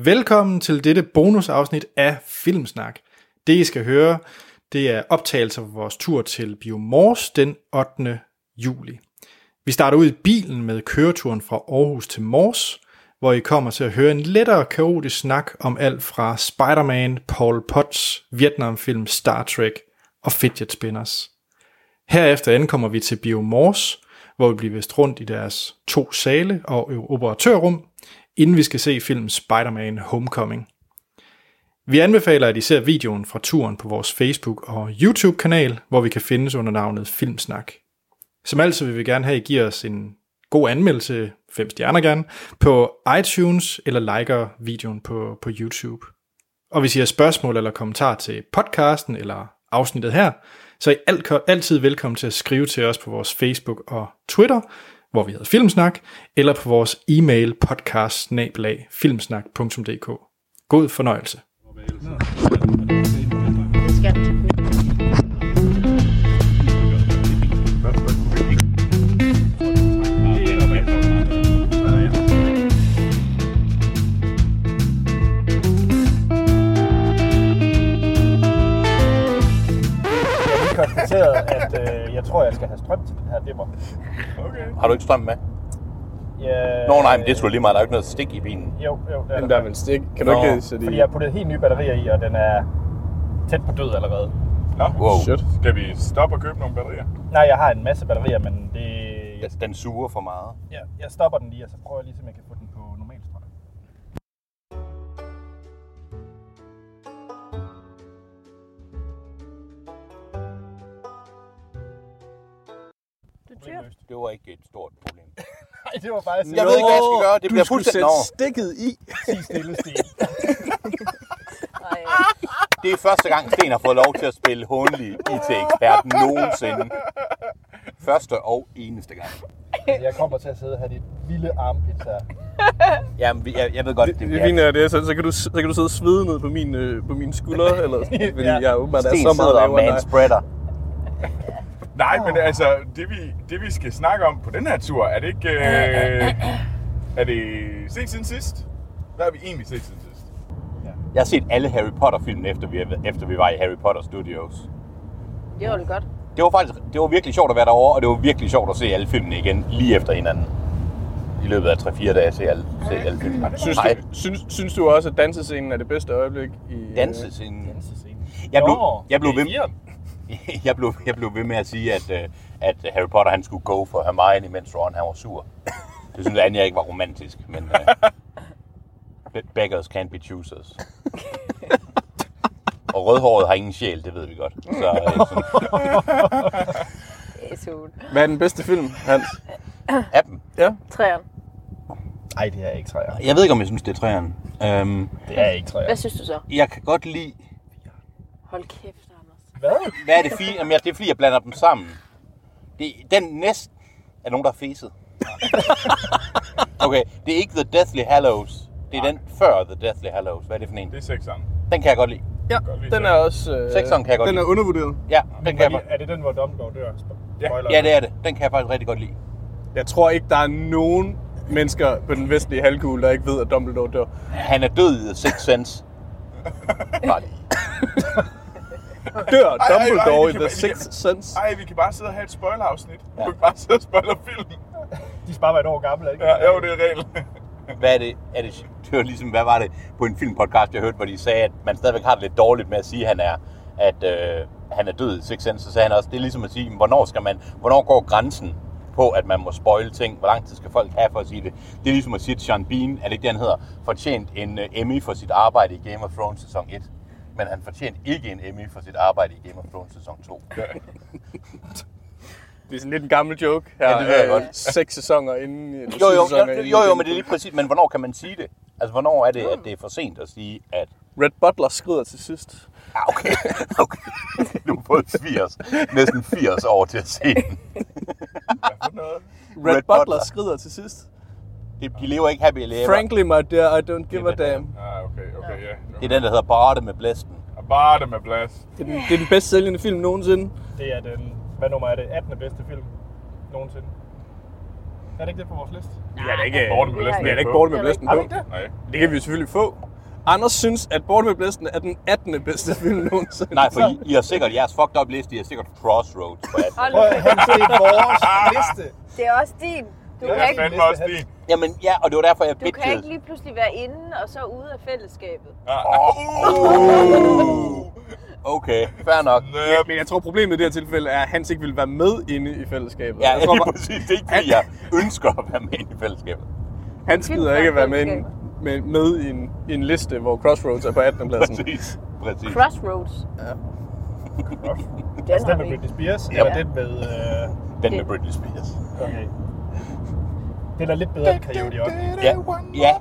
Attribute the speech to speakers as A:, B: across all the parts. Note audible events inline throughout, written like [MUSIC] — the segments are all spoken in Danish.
A: Velkommen til dette bonusafsnit af Filmsnak. Det, I skal høre, det er optagelser fra vores tur til Biomors den 8. juli. Vi starter ud i bilen med køreturen fra Aarhus til Mors, hvor I kommer til at høre en lettere kaotisk snak om alt fra Spider-Man, Paul Potts, Vietnamfilm, Star Trek og fidget spinners. Herefter ankommer vi til Biomors, hvor vi bliver vist rundt i deres to sale og operatørrum, inden vi skal se filmen Spider-Man Homecoming. Vi anbefaler, at I ser videoen fra turen på vores Facebook- og YouTube-kanal, hvor vi kan findes under navnet Filmsnak. Som altid vil vi gerne have, at I giver os en god anmeldelse, fem stjerner gerne, på iTunes eller liker videoen på, på YouTube. Og hvis I har spørgsmål eller kommentar til podcasten eller afsnittet her, så er I alt, altid velkommen til at skrive til os på vores Facebook og Twitter, hvor vi hedder Filmsnak, eller på vores e-mail podcast filmsnak.dk. God fornøjelse.
B: konstateret, at øh, jeg tror, jeg skal have strøm til den her dimmer.
C: Har du ikke strøm med?
B: Jeg,
C: Nå nej, men det skulle lige meget. Der er jo ikke noget stik i bilen.
B: Jo, jo, det er
D: Den
B: der.
D: der med en stik. Kan du
C: Nå,
D: ikke sætte i?
B: Fordi jeg har puttet helt nye batterier i, og den er tæt på død allerede.
E: Nå,
C: Wow.
D: Shit.
E: skal vi stoppe og købe nogle batterier?
B: Nej, jeg har en masse batterier, men det... Jeg,
C: Den suger for meget.
B: jeg, jeg stopper den lige, og så prøver jeg lige, om jeg kan få den på normal strøm.
F: Du tør.
C: Det var ikke et stort problem.
B: Nej, det var faktisk...
C: [LAUGHS] Jeg ved ikke, hvad jeg skal gøre. Det
D: du
C: bliver
D: skulle
C: fuldstændig
D: sætte
C: over.
D: stikket i.
B: Sig stille, Altså, Sten.
F: Ej,
C: Det er første gang, Sten har fået lov til at spille håndelig IT-ekspert nogensinde. Første og eneste gang.
B: Jeg kommer til at sidde og have dit vilde armpit her.
C: Jamen, vi- jeg, jeg ved godt, det,
D: Det fine er, det er, så, så, kan du, så kan du sidde og svede ned på min, øh, på min skulder,
C: [LAUGHS]
D: eller sådan, fordi
B: Ja.
D: ja. jeg åbenbart er
C: Sten
D: så meget
C: sidder og
D: lavere end dig.
C: manspreader.
E: Nej, men altså, det vi, det vi skal snakke om på den her tur, er det ikke... Øh, er det set siden sidst? Hvad har vi egentlig set siden sidst?
C: Jeg har set alle Harry Potter-filmene, efter vi, efter vi var i Harry Potter Studios.
F: det var det godt.
C: Det var faktisk det var virkelig sjovt at være derovre, og det var virkelig sjovt at se alle filmene igen, lige efter hinanden. I løbet af 3-4 dage se alle, se alle filmene.
D: Synes
C: Nej,
D: du, synes, synes du også, at dansescenen er det bedste øjeblik i... øh,
C: dansescenen. Jeg blev,
B: Nå,
C: jeg blev
B: det
C: ved,
B: er Ian.
C: [LAUGHS] jeg blev, jeg blev ved med at sige, at, øh, at Harry Potter han skulle gå for Hermione, mens Ron han var sur. Det synes Anja ikke var romantisk, men uh, beggars can't be choosers. Og rødhåret har ingen sjæl, det ved vi godt. Så, øh,
B: [LAUGHS]
C: sådan,
F: Det er sjovt.
D: Hvad er den bedste film, Hans?
C: af dem.
D: Ja.
F: Træerne.
B: Ej, det er ikke træer.
C: Jeg ved ikke, om jeg synes, det er træerne. Øhm,
B: Det er ikke træer.
F: Hvad synes du så?
C: jeg kan godt lide...
F: Hold kæft, Anders.
B: Hvad?
C: Hvad er det fire? Jamen, jeg- det er fordi, jeg blander dem sammen. Det, den næste er nogen, der har fæset. Okay, det er ikke The Deathly Hallows. Det er den før The Deathly Hallows. Hvad er det for en?
E: Det er sekseren.
C: Den kan jeg godt lide.
D: Ja,
E: Godt lige
D: den
E: sagt.
D: er også... Øh,
C: Sekseren kan jeg godt
D: Den er
C: lide.
D: undervurderet.
C: Ja, den kan jeg, godt-
B: Er det den, hvor Dumbledore dør? Spoiler.
C: ja, det er det. Den kan jeg faktisk rigtig godt lide.
D: Jeg tror ikke, der er nogen mennesker på den vestlige halvkugle, der ikke ved, at Dumbledore dør.
C: Han er død i The Sixth [LAUGHS] Sense. Bare lige.
D: Dør
E: ej,
D: Dumbledore
E: vi
D: i The
E: kan bare- vi kan-
D: Sixth Sense?
E: Ej, vi kan bare sidde og have et spoilerafsnit. Ja.
C: Ja.
E: Vi kan bare sidde og spoiler filmen.
B: De skal bare være et år gamle, ikke?
E: Ja, jo, det er reglen.
C: Hvad er det? Er det, [LAUGHS] det var ligesom, hvad var det på en filmpodcast, jeg hørte, hvor de sagde, at man stadigvæk har det lidt dårligt med at sige, at han er, at, øh, han er død i Sixth Sense. Så sagde han også, det er ligesom at sige, jamen, hvornår, skal man, hvornår går grænsen på, at man må spoil ting? Hvor lang tid skal folk have for at sige det? Det er ligesom at sige, at Sean Bean, er det ikke det, han hedder, fortjent en øh, Emmy for sit arbejde i Game of Thrones sæson 1. Men han fortjente ikke en Emmy for sit arbejde i Game of Thrones sæson 2.
D: Det er sådan lidt en gammel joke. Her,
C: Ja, det ved jeg
D: øh,
C: godt.
D: Seks sæsoner inden... eller
C: Jo,
D: syv
C: jo,
D: sæsoner
C: jo,
D: inden
C: jo, jo, men
D: den
C: det er
D: film.
C: lige præcis. Men hvornår kan man sige det? Altså, hvornår er det, at det er for sent at sige, at...
D: Red Butler skrider til sidst.
C: Ah, okay, okay. Du har fået 80, næsten 80 år til at se den.
E: Noget.
D: Red,
C: Red Butler.
D: Red Butler. Butler skrider til sidst.
C: De, de lever ikke happy ever.
D: Frankly, my dear, I don't give a
C: Det er
D: damn.
E: Ah, okay, okay, ja.
C: Det er den, der hedder Barte med blæsten.
E: Bare det med plads.
D: Det er, den, det er den bedst sælgende film nogensinde.
B: Det er den, hvad nummer er det, 18. bedste film nogensinde. Er det ikke det på vores liste?
E: Jeg er da ikke borte med
F: vi
E: blæsten.
F: har
D: Jeg er da
F: ikke
D: ikke borte med
F: Det er
D: blæsten
F: rigtigt.
D: på.
E: Nej.
D: Det kan vi jo selvfølgelig få. Anders synes, at Borte med Blæsten er den 18. bedste film nogensinde.
C: Nej, for I, I har sikkert jeres fucked up liste, I har sikkert Crossroads på at.
F: Hold nu.
G: Prøv at høre, det er
C: [LAUGHS]
G: vores liste.
F: Det er også din. Du
E: Det
F: kan
E: er
F: ikke,
E: fandme også din.
C: Jamen ja, og det var derfor, jeg
F: du kan ikke
C: pitchede.
F: lige pludselig være inde og så ude af fællesskabet.
E: Ja.
C: Oh! Okay, fair nok.
E: Næp.
D: Men jeg tror, problemet i det her tilfælde er, at Hans ikke vil være med inde i fællesskabet.
C: Ja,
D: jeg
C: lige
D: tror,
C: [LAUGHS]
D: bare,
C: præcis. Det er ikke, fordi jeg ønsker at være med i fællesskabet.
D: Hans gider ikke være med, i en- med, med i, en, i en liste, hvor Crossroads er på 18. pladsen.
C: Præcis. Præcis.
F: Crossroads. Den
B: Den
F: har
B: med
F: vi.
B: Britney Spears, eller
F: Ja.
B: den med... Øh,
C: Den med Britney Spears.
B: okay. Den er lidt bedre end Coyote Ugly.
C: Ja, ja.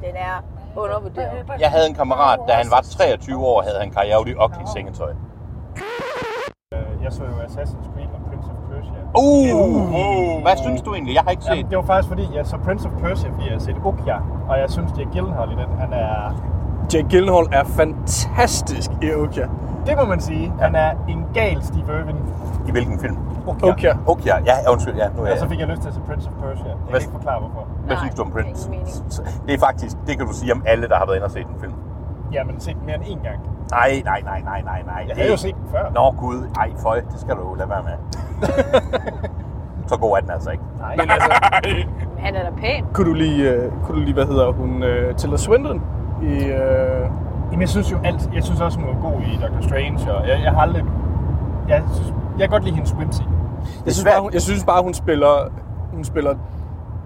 F: Den er undervurderet.
C: Jeg havde en kammerat, da han var 23 år, havde han Coyote Ugly sengetøj.
B: Øh, Jeg så jo Assassin's Creed og Prince of Persia.
C: Uh! Hvad synes du egentlig? Jeg har ikke set.
B: Jamen, det var faktisk fordi, jeg så Prince of Persia, fordi jeg har set Okja, og jeg synes, det er Gyllenhaal i den. Han er,
D: Jake Gyllenhaal er fantastisk i Okja.
B: det må man sige, han er en gal Steve Irwin.
C: I hvilken film?
D: Okja.
C: Okay, ja, undskyld, ja, nu er
B: Og så
C: jeg.
B: fik jeg lyst til at se Prince of Persia. Jeg
C: Hvad-
B: kan ikke forklare, hvorfor.
C: Hvad synes du om Prince? Det er faktisk, det kan du sige om alle, der har været inde og set en film.
B: Ja, men set den mere end én gang.
C: Nej, nej, nej, nej, nej, nej.
B: Jeg havde jo set den før.
C: Nå gud, ej, føj, det skal du lade være med. så god er den altså ikke.
B: Nej,
D: Men altså, [LAUGHS]
F: Han er da pæn.
D: kunne du lige, øh, kunne du lige hvad hedder hun, øh, Tilda Swinton i... Øh,
B: Jamen, jeg synes jo alt. Jeg synes også, hun er god i Doctor Strange, og jeg, jeg har aldrig... Jeg, synes, jeg kan godt lide hendes whimsy.
D: jeg, synes
C: svært.
D: bare, hun, jeg synes bare, hun spiller, hun spiller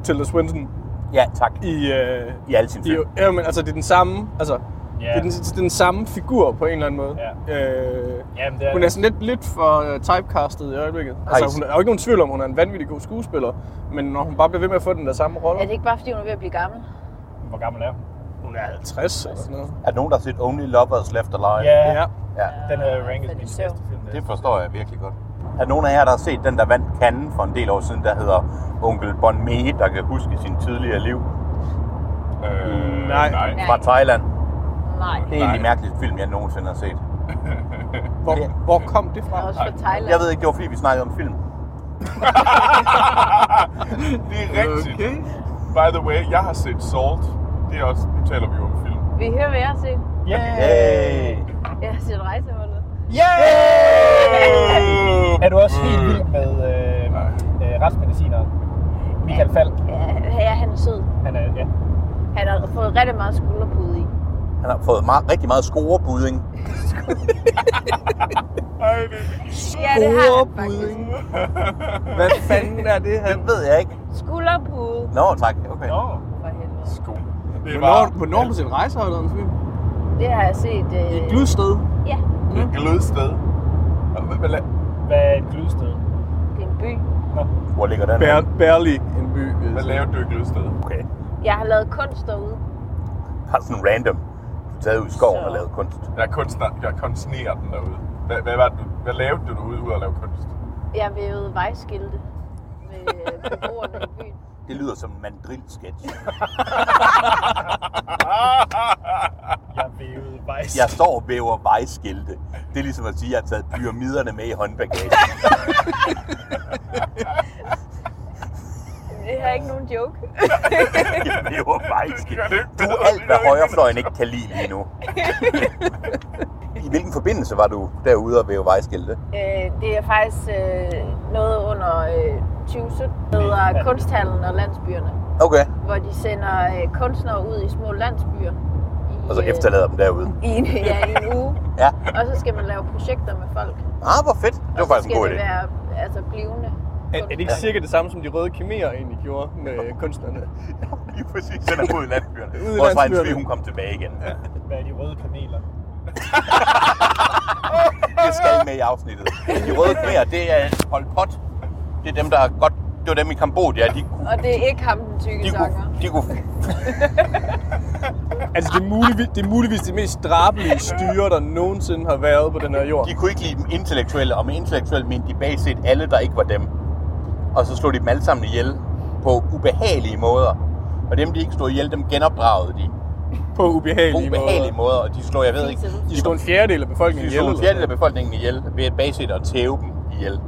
D: Tilda Swinton
C: Ja, tak. I,
D: i... Øh,
C: I alle sine
D: i
C: film.
D: ja, men altså, det er den samme... Altså,
B: Ja.
D: det, er den, det er den samme figur på en eller anden måde. Øh,
B: Jamen, det er
D: Hun er sådan lidt, lidt for øh, typecastet i øjeblikket. Altså,
C: Hej.
D: hun er jo ikke nogen tvivl om, hun er en vanvittig god skuespiller, men når hun bare bliver ved med at få den der samme rolle,
F: Er det ikke bare, fordi hun er ved at blive gammel?
B: Hvor gammel er hun?
D: hun er altså- 50 eller sådan noget.
C: Er der nogen, der har set Only Lovers Left Alive?
B: Ja,
D: Ja.
C: ja.
B: den er ranket
F: Den
B: min
F: er
B: bedste
F: sjov.
B: film.
C: Det forstår jeg virkelig godt. Er nogen af jer, der har set den, der vandt kanden for en del år siden, der hedder Onkel Bon Mee, der kan huske sin tidligere liv
E: Øh,
D: Nej.
E: nej.
C: fra Thailand?
F: Nej.
C: Det er en af de mærkeligste film, jeg nogensinde har set.
D: Hvor, hvor kom det
F: Og
D: fra?
F: også fra Thailand.
C: Jeg ved ikke, det var fordi, vi snakkede om film.
E: Det er rigtigt. By the way, jeg har set Salt. Det er også, nu taler vi jo om film.
F: Vi hører, hvad jeg har set.
B: Øh.
C: Hey.
F: Jeg har set rejseholdet.
B: Øh. Er du også helt vild med øh, øh, retsmedicineren? Michael Falk.
F: Ja, ja, han er sød.
B: Han er, ja.
F: Han har fået rigtig meget skulderpude i.
C: Han har fået meget, rigtig meget scorebudding.
E: Ej, det er
F: Ja, det har han faktisk.
D: Hvad fanden er det her?
C: Det ved jeg ikke.
F: Skulderpude.
C: Nå, tak. Okay.
B: Nå,
F: For helvede.
E: [LAUGHS] sko. Det er bare
D: Hvornår, hvornår har du set rejseholdet om film?
F: Det har jeg set. Øh...
D: I et gludsted.
F: Ja,
E: et glødsted. Hvad- hvad la-
B: hvad er et glødested?
F: det er en by.
C: Hvor ligger den? henne?
D: Bær, Bærlig en by. vil jeg
E: Hvad
D: sige.
E: laver du et glødsted?
C: Okay.
F: Jeg har lavet kunst derude.
C: Bare sådan random. Taget ud i skoven
F: Så.
C: og lavet kunst.
E: Jeg kunstner, jeg kunstnerer den derude. Hvad, hvad, var det, du, hvad lavede du derude ud at lave kunst?
F: Jeg vævede vejskilte med
C: [LAUGHS]
F: beboerne i byen.
C: Det lyder som en mandrilsketch.
B: Jeg vævede vejs.
C: Jeg står og væver vejskilte. Det er ligesom at sige, at jeg har taget pyramiderne med i håndbagagen.
F: Det her er ikke nogen joke.
C: Jeg væver
E: Det gør det
C: vejskilte.
E: ikke
C: Du er
E: bedre.
C: alt, hvad
E: Det gør
C: højrefløjen ikke kan lide lige nu. I hvilken forbindelse var du derude og væve vejskilte?
F: Øh, det er faktisk øh, noget under øh, 2017, der hedder Kunsthallen og Landsbyerne,
C: Okay.
F: hvor de sender øh, kunstnere ud i små landsbyer. I,
C: Og så efterlader dem derude.
F: Øh, i, en, ja, i en uge.
C: Altså [LAUGHS] Ja.
F: Og så skal man lave projekter med folk.
C: Ah, hvor fedt. Det var
F: og så
C: faktisk en
F: skal
C: god
F: det
C: idé.
F: være altså, blivende.
D: Er, er det ikke cirka det samme, som de røde kimerer egentlig gjorde med kunstnerne?
C: Lige præcis. Den er ud i landsbyerne.
D: Ude i
C: Vores vej
D: landsbyerne.
C: en hun kom tilbage igen. Ja.
B: Hvad er de røde kameler?
C: Det skal med i afsnittet. De røde kvæger, det er Pol Pot. Det er dem, der er godt... Det var dem i Kambodja. De kunne...
F: Og det er ikke ham, den tykke
C: De
F: sanger.
C: kunne, de kunne
D: Altså, det er, muligvis, det er muligvis de mest drabelige styre, der nogensinde har været på den her jord.
C: De kunne ikke lide dem intellektuelle, og med intellektuelle mente de bag set alle, der ikke var dem. Og så slog de dem alle sammen ihjel på ubehagelige måder. Og dem, de ikke slog ihjel, dem genopdragede de
D: På
C: på
D: ubehagelige
C: ubehagelige
D: måder.
C: måder. Og de slog, jeg ved ikke,
D: De slog en fjerdedel af befolkningen
C: de
D: ihjel.
C: slog en
D: eller
C: fjerdedel af
D: sådan
C: befolkningen ihjel ved bag set at tæve dem ihjel.
D: noget.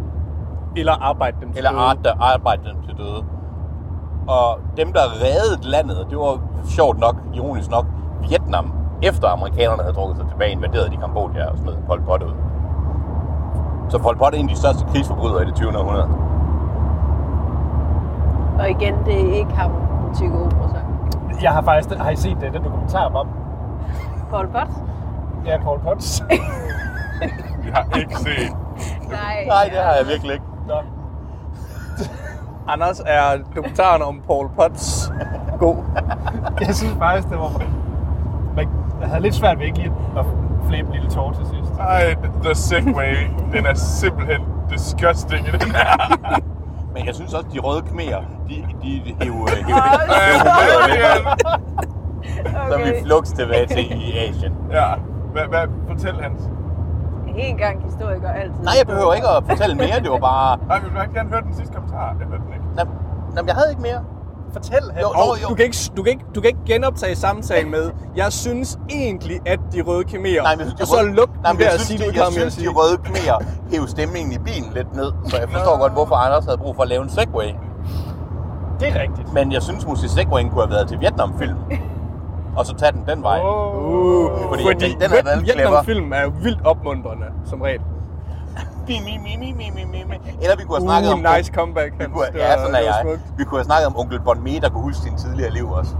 D: Eller arbejde dem til
C: Eller
D: døde.
C: art, der arbejdede dem til døde. Og dem, der reddede landet, det var sjovt nok, ironisk nok, Vietnam. efter amerikanerne havde drukket sig tilbage, invaderede de Kambodja og smed Pol Pot ud. Så Pol Pot er en af de største krigsforbrydere i det 20. århundrede.
F: Og igen, det er ikke ham, den tykke operasang.
B: Jeg har faktisk... Har I set det, den dokumentar om?
F: Paul Pot?
B: Ja, Paul Potts.
E: Vi har ikke set.
F: Nej.
C: Nej, det har jeg virkelig ikke.
B: Nå.
D: Anders, er dokumentaren om Paul Potts god?
B: [LAUGHS] Jeg synes faktisk, det var... Man, jeg havde lidt svært ved ikke lige at flæbe en lille tår til sidst.
E: Ej, the Segway, den er simpelthen disgusting [LAUGHS] i den her.
C: Men jeg synes også, de røde kmer, de, de, de hev, hev, hev, [LAUGHS] så er vi
F: Okay.
C: flux tilbage til i Asien.
E: Ja, hvad, hvad, fortæl Hans.
F: En gang historiker altid.
C: Nej, jeg behøver ikke at fortælle mere, det var bare...
E: Nej, vi vil bare gerne høre den sidste kommentar. Jeg hørte den ikke.
C: Nå, Nå, men jeg havde ikke mere.
B: Fortæl ham.
C: Jo,
D: Og
C: jo, jo.
D: Du, kan ikke, du, kan ikke, du kan ikke genoptage samtalen med, jeg synes egentlig, at de røde kemer,
C: Nej, men jeg synes, de
D: og så
C: røde-
D: luk
C: Nej,
D: den
C: men
D: ved
C: jeg
D: at
C: synes,
D: sige,
C: de,
D: du ikke
C: jeg
D: har mere at
C: synes, de
D: sige.
C: røde kmer hævde stemningen i bilen lidt ned, så jeg forstår godt, hvorfor Anders havde brug for at lave en Segway.
B: Det er rigtigt.
C: Men jeg synes måske, Segwayen kunne have været til
D: [LAUGHS]
C: Vietnamfilm. Og så tage den den vej.
D: Uh,
C: Fordi
D: fordi,
C: den- den er da lidt clever.
D: Vietnam-film er jo vildt opmuntrende, som regel.
C: Mi, mi, mi, mi, mi, mi, mi, mi. Eller vi kunne have snakket
D: Uh,
C: om...
D: nice comeback,
C: vi
D: Hans.
C: kunne,
D: Det
C: ja,
D: var-
C: sådan er
D: det var
C: jeg.
D: smukt.
C: Vi kunne have snakket om onkel Bon Me, der kunne huske sin tidligere liv
D: [LAUGHS]
C: også.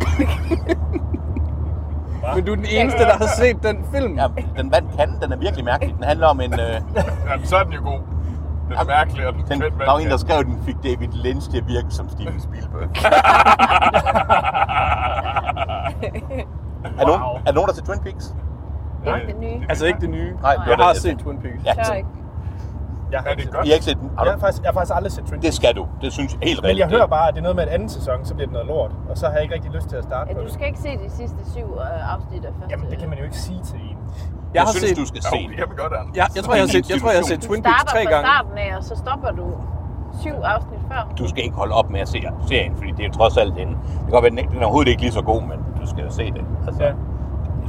D: Men du er den eneste, der har set den film.
C: Ja, den vandt kan, den er virkelig mærkelig. Den handler om en... Øh,
E: Jamen, så er den jo god. Den er mærkelig, og den,
C: den, der var en, der skrev, den fik David Lynch til at virke som Steven
D: [LAUGHS]
C: Spielberg. er, nogen, er nogen, der til Twin Peaks?
F: Ikke det nye.
D: Altså ikke det nye.
C: Nej,
D: Jeg har
C: det-
D: set Twin Peaks.
C: Ja,
F: Tør ikke.
B: Jeg har,
E: Er det godt?
C: I har ikke set den? Har
B: Jeg
C: du?
B: har, faktisk, jeg har faktisk aldrig set Trinity.
C: Det skal du. Det synes jeg helt rigtigt.
B: Men jeg hører bare, at det er noget med en anden sæson, så bliver det noget lort. Og så har jeg ikke rigtig lyst til at starte
F: Ja,
B: på
F: du
B: det.
F: skal ikke se de sidste syv øh, afsnit af første.
B: Jamen, det kan man jo ikke sige til en.
D: Jeg har
C: synes,
D: set...
C: du skal
E: Jo,
C: se den.
E: jeg vil godt, Anders.
D: Jeg, jeg, tror, jeg har set, jeg tror, jeg har set
F: Du
D: Twin Peaks
F: starter
D: tre
F: fra
D: gange.
F: starten af, og så stopper du syv afsnit før.
C: Du skal ikke holde op med at se serien, fordi det er trods alt en... Det kan godt være, den, ikke- den er overhovedet ikke lige så god, men du skal jo se det. Altså,
B: Ja.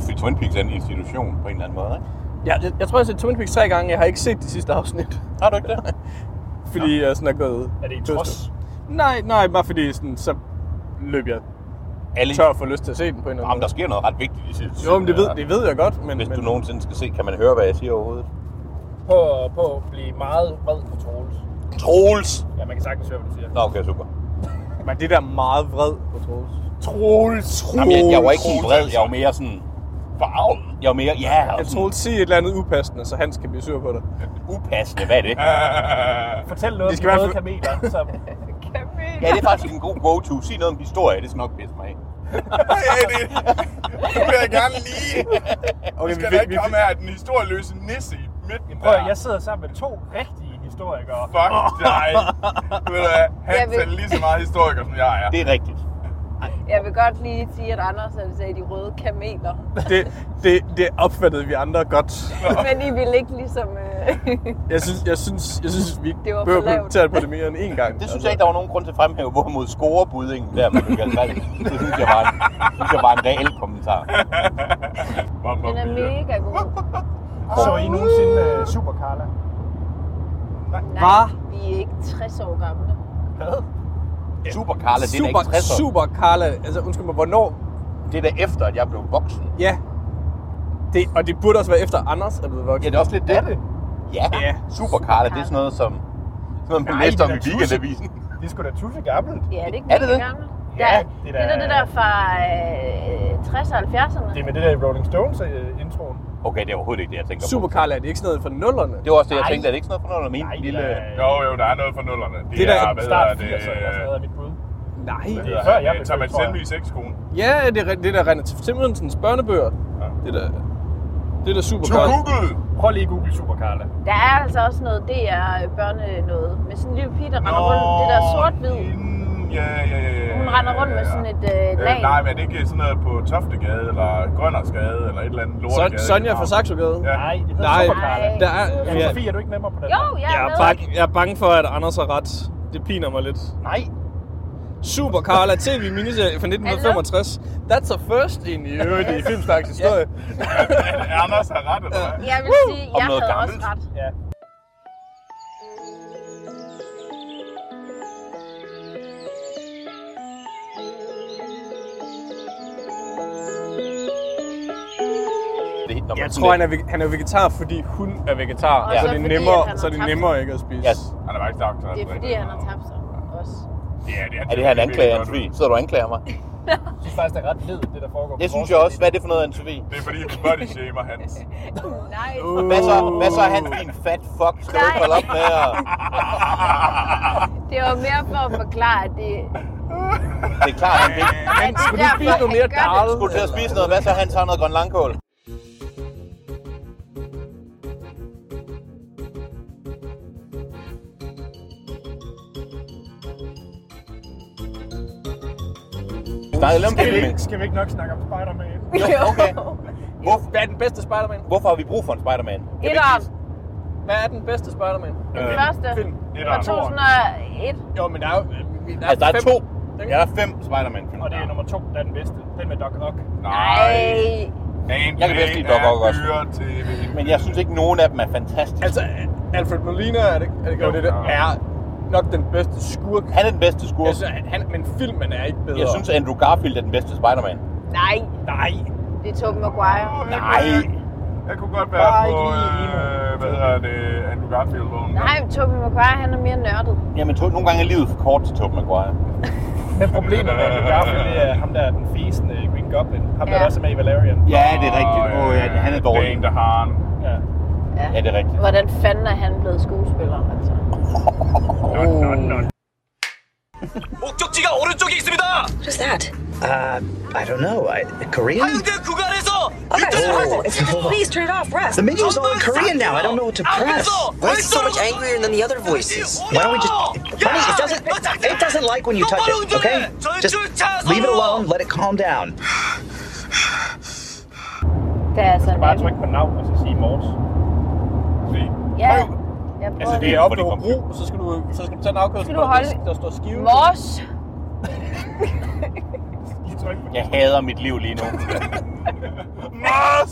C: Fordi Twin Peaks er en institution på en eller anden måde, ikke?
D: Jeg, jeg, jeg tror, jeg har set Twin Peaks tre gange. Jeg har ikke set de sidste afsnit.
C: Har du ikke det?
D: [LAUGHS] Fordi jeg sådan er gået...
B: Er det i trods?
D: Nej, nej, bare fordi sådan, så løb jeg
C: Alle,
D: tør for lyst til at se den på en eller
C: Jamen,
D: anden
C: der sker noget ret vigtigt i sidste
D: måde. Jo, men det ved, det ved jeg godt, men...
C: Hvis
D: men,
C: du nogensinde skal se, kan man høre, hvad jeg siger overhovedet?
B: På, at- på at blive meget vred på Troels.
C: Troels!
B: Ja, man kan sagtens høre, hvad du siger.
C: Nå, okay, super.
D: men det der meget vred på Troels.
E: Troels, Troels.
C: Jamen, jeg, jeg var ikke sådan vred, jeg var mere sådan...
E: Farvet.
C: Jeg var mere, ja, og
D: Jeg
C: sådan
D: Troels, sig et eller andet upassende, så Hans kan blive sur på dig.
C: upassende, hvad er det?
B: Fortæl noget
D: Det
B: om
D: skal
B: de
D: være
B: røde
D: for-
B: kameler, som...
C: Ja, det er faktisk en god go-to. Sig noget om historie, det skal nok pisse mig af.
E: Hey, det, det vil jeg gerne lige. Okay,
D: Okay,
E: skal vi, da ikke komme her, den historieløse nisse i midten
B: Prøv at,
E: der.
B: jeg sidder sammen med to rigtige historikere.
E: Fuck dig. Ved du hvad,
F: Jeg
E: han
F: vil-
E: er lige så meget historiker, som jeg er.
C: Det er rigtigt.
F: Jeg vil godt lige sige, at Anders havde sagde de røde kameler.
C: [LAUGHS]
D: det, det, det opfattede vi andre godt.
F: Men I ville ikke ligesom... Øh...
D: Jeg synes, jeg synes, jeg synes vi
F: Det var for
D: bør
F: lavt.
D: kommentere på det mere end én gang. Altså,
C: Det synes jeg ikke, der var nogen grund til at fremhæve, hvorimod scorebuddingen der med Michael Falk. Det synes jeg var en, synes jeg var en reel kommentar.
E: Bom, bom,
F: Den er
E: bom.
F: mega god.
C: [LAUGHS]
B: Så I nogensinde uh, Super Carla?
F: Nej, vi er ikke 60 år gamle.
C: Super Carla, det er da
D: super,
C: ikke 60 super.
D: super Carla. Altså, undskyld mig, hvornår?
C: Det er da efter, at jeg blev voksen.
D: Ja. Det, og det burde også være efter Anders er blevet
C: Ja,
D: voksen.
C: det er også lidt det. Ja,
D: Ja.
C: Super Carla, det er sådan noget, som sådan noget, man
B: Nej,
C: læste om
B: det
C: i
B: er da
C: weekendavisen.
B: Det er sgu da tusse gammelt.
F: Ja, er det ikke
C: Er det
F: mega
C: det?
F: gamle?
B: Ja,
F: Der-
B: det er
F: det
B: da-
F: er da det der fra øh, 60'erne og 70'erne.
B: Det er med det der Rolling Stones øh, introen.
C: Okay, det er overhovedet ikke det, jeg tænker
D: Super
C: på.
D: Carla, er det ikke sådan noget for nullerne?
C: Det var også det, jeg
B: Nej.
C: tænkte. Er det ikke sådan noget for noget, min
B: Nej,
C: lille...
B: det er-
E: Jo, jo, der er noget for nullerne. Det,
D: Det
E: det
D: der
E: der, er, hvad
B: Start
E: hedder
B: 80'erne eller sådan noget
E: det?
B: er mit bud.
D: Nej.
E: Hvad
B: Det er
E: hedder
B: før jeg
E: han?
B: blev
E: Thomas
B: født, tror jeg.
E: Sendby i sexskolen.
D: Ja, det er re- det der René Simonsens børnebøger. Det der det der super
E: To
D: Carla.
E: Google!
B: Prøv lige at google Super Carla.
F: Der er altså også noget DR børne noget med sådan en lille pige, der render rundt. Det der sort-hvid.
E: hende- Mm, Ja, ja, ja, ja.
F: Hun render rundt med sådan et øh, lag.
E: Øh, nej, men er det ikke sådan noget på Toftegade, eller Grønnersgade, eller et eller andet lortegade?
D: Son, Sonja fra Saxogade.
E: Ja.
B: Nej, det hedder
D: Nej,
B: Super Carla.
D: der er,
B: Ja,
D: ja,
B: Sofie, er du ikke med mig på den?
F: Jo, jeg er
D: jeg, er
F: med.
D: bange, jeg er bange for, at Anders har ret. Det piner mig lidt.
B: Nej.
D: Super Carla TV miniserie fra 1965. That's a first in i øvrigt i Filmsnaks historie.
E: [LAUGHS] Anders har ret, eller hvad?
F: Jeg vil sige,
C: Om
F: jeg
C: noget
F: havde
C: gammelt.
F: også ret.
B: Ja.
C: det, når man
D: Jeg
C: sådan
D: tror,
C: lidt-
D: han er, ve- han er vegetar, fordi hun er vegetar.
F: Og
D: Ja. Så,
F: så
D: det er
F: fordi, at han
D: nemmere,
F: har
D: så er det
F: tabt
D: nemmere
F: sig.
D: ikke at spise.
C: Yes.
E: Han er faktisk nok
F: Det er fordi, han har tabt sig også.
E: Ja, det er,
C: Er det her en anklage af en svi? Sidder du og anklager mig?
B: [LAUGHS] Jeg synes faktisk, det er ret led, det der foregår. på
C: Det synes
B: vores
C: jeg også.
B: planet.
C: Hvad er det for noget af en svi?
E: Det er fordi, vi body shamer hans.
F: Nej,
C: Hvad så, hvad så er han for en fat fuck? Skal du ikke holde op med at...
F: det var mere for at forklare, at det...
C: Det er klart, han ikke
F: Men
D: skulle du spise noget mere dal?
C: skulle til at spise noget. Hvad så han tager noget grøn langkål? Vi snakkede lidt om
B: Skal vi,
C: filmen.
B: ikke, skal vi ikke nok snakke om Spider-Man? [LAUGHS]
C: Okay. Hvorfor,
D: Hvad er den bedste Spider-Man?
C: hvorfor har vi brug for en Spider-Man?
F: Et om
D: Hvad er den bedste Spider-Man?
F: den første
D: Film.
F: fra 2001.
D: Jo, men der er jo... øh,
C: Altså, der er
D: fem-
C: to.
D: Den-
C: Ja, der er fem Spider-Man-film.
B: Og det er nummer to, der er den bedste. Den med Doc Ock.
F: Nej,
E: En
C: Jeg kan bedst lide Doc Ock også.
E: TV.
C: Men jeg synes ikke, nogen af dem er fantastiske.
D: Altså, Alfred Molina er det, er det, jo, det, det er nok den bedste skurk.
C: Han er den bedste skurk.
D: Altså, han, han- men filmen er ikke bedre.
C: Jeg synes, Andrew Garfield er den bedste Spider-Man.
F: nej,
D: Nej.
F: det er Tobey Maguire.
C: Nej.
E: Jeg kunne godt være
D: Bare
E: på,
D: ikke lige endnu.
E: øh, hvad hedder det, Andrew Garfield vognen.
F: Nej, Tobey Maguire, han er mere nørdet.
C: Jamen, to, nogle gange er livet for kort til Tobey Maguire.
B: Men problemet med Andrew Garfield, det er ham der er den fæsende Green Goblin. Ham der
F: Ja.
B: også er med i Valerian.
C: Ja, det er rigtigt. Åh, ja, han er dårlig.
E: Dane DeHaan.
B: Ja.
C: Ja, det er rigtigt.
F: Hvordan fanden er han blevet skuespiller, altså?
H: 목적지가 오른쪽에 있습니다.
I: Who's that?
J: I don't know. I, Korean?
H: 하영대 구간에서
I: Oh, guys,
J: Oh,
I: it's- please turn it off. Rest.
J: The menu's all in Korean now. I don't know what to press.
I: Why is it so much angrier than the other voices?
J: Why don't we just? Funny, it doesn't. It doesn't like when you touch it. Okay, just leave it alone. Let it calm down.
F: Det er altså
B: Jeg bare trykke på navn og så sige Mors.
F: Ja, jeg prøver
C: Altså,
D: Det
F: det.
D: er
C: For
D: oppe
C: de
D: ved
C: kom-
D: Hobro, så skal du, så skal du tage en afkørsel,
F: Skal du holde-
D: der står skive.
F: Mors.
B: Lige tryk på
C: Jeg hader mit liv lige nu.
D: [LAUGHS]
E: Mars!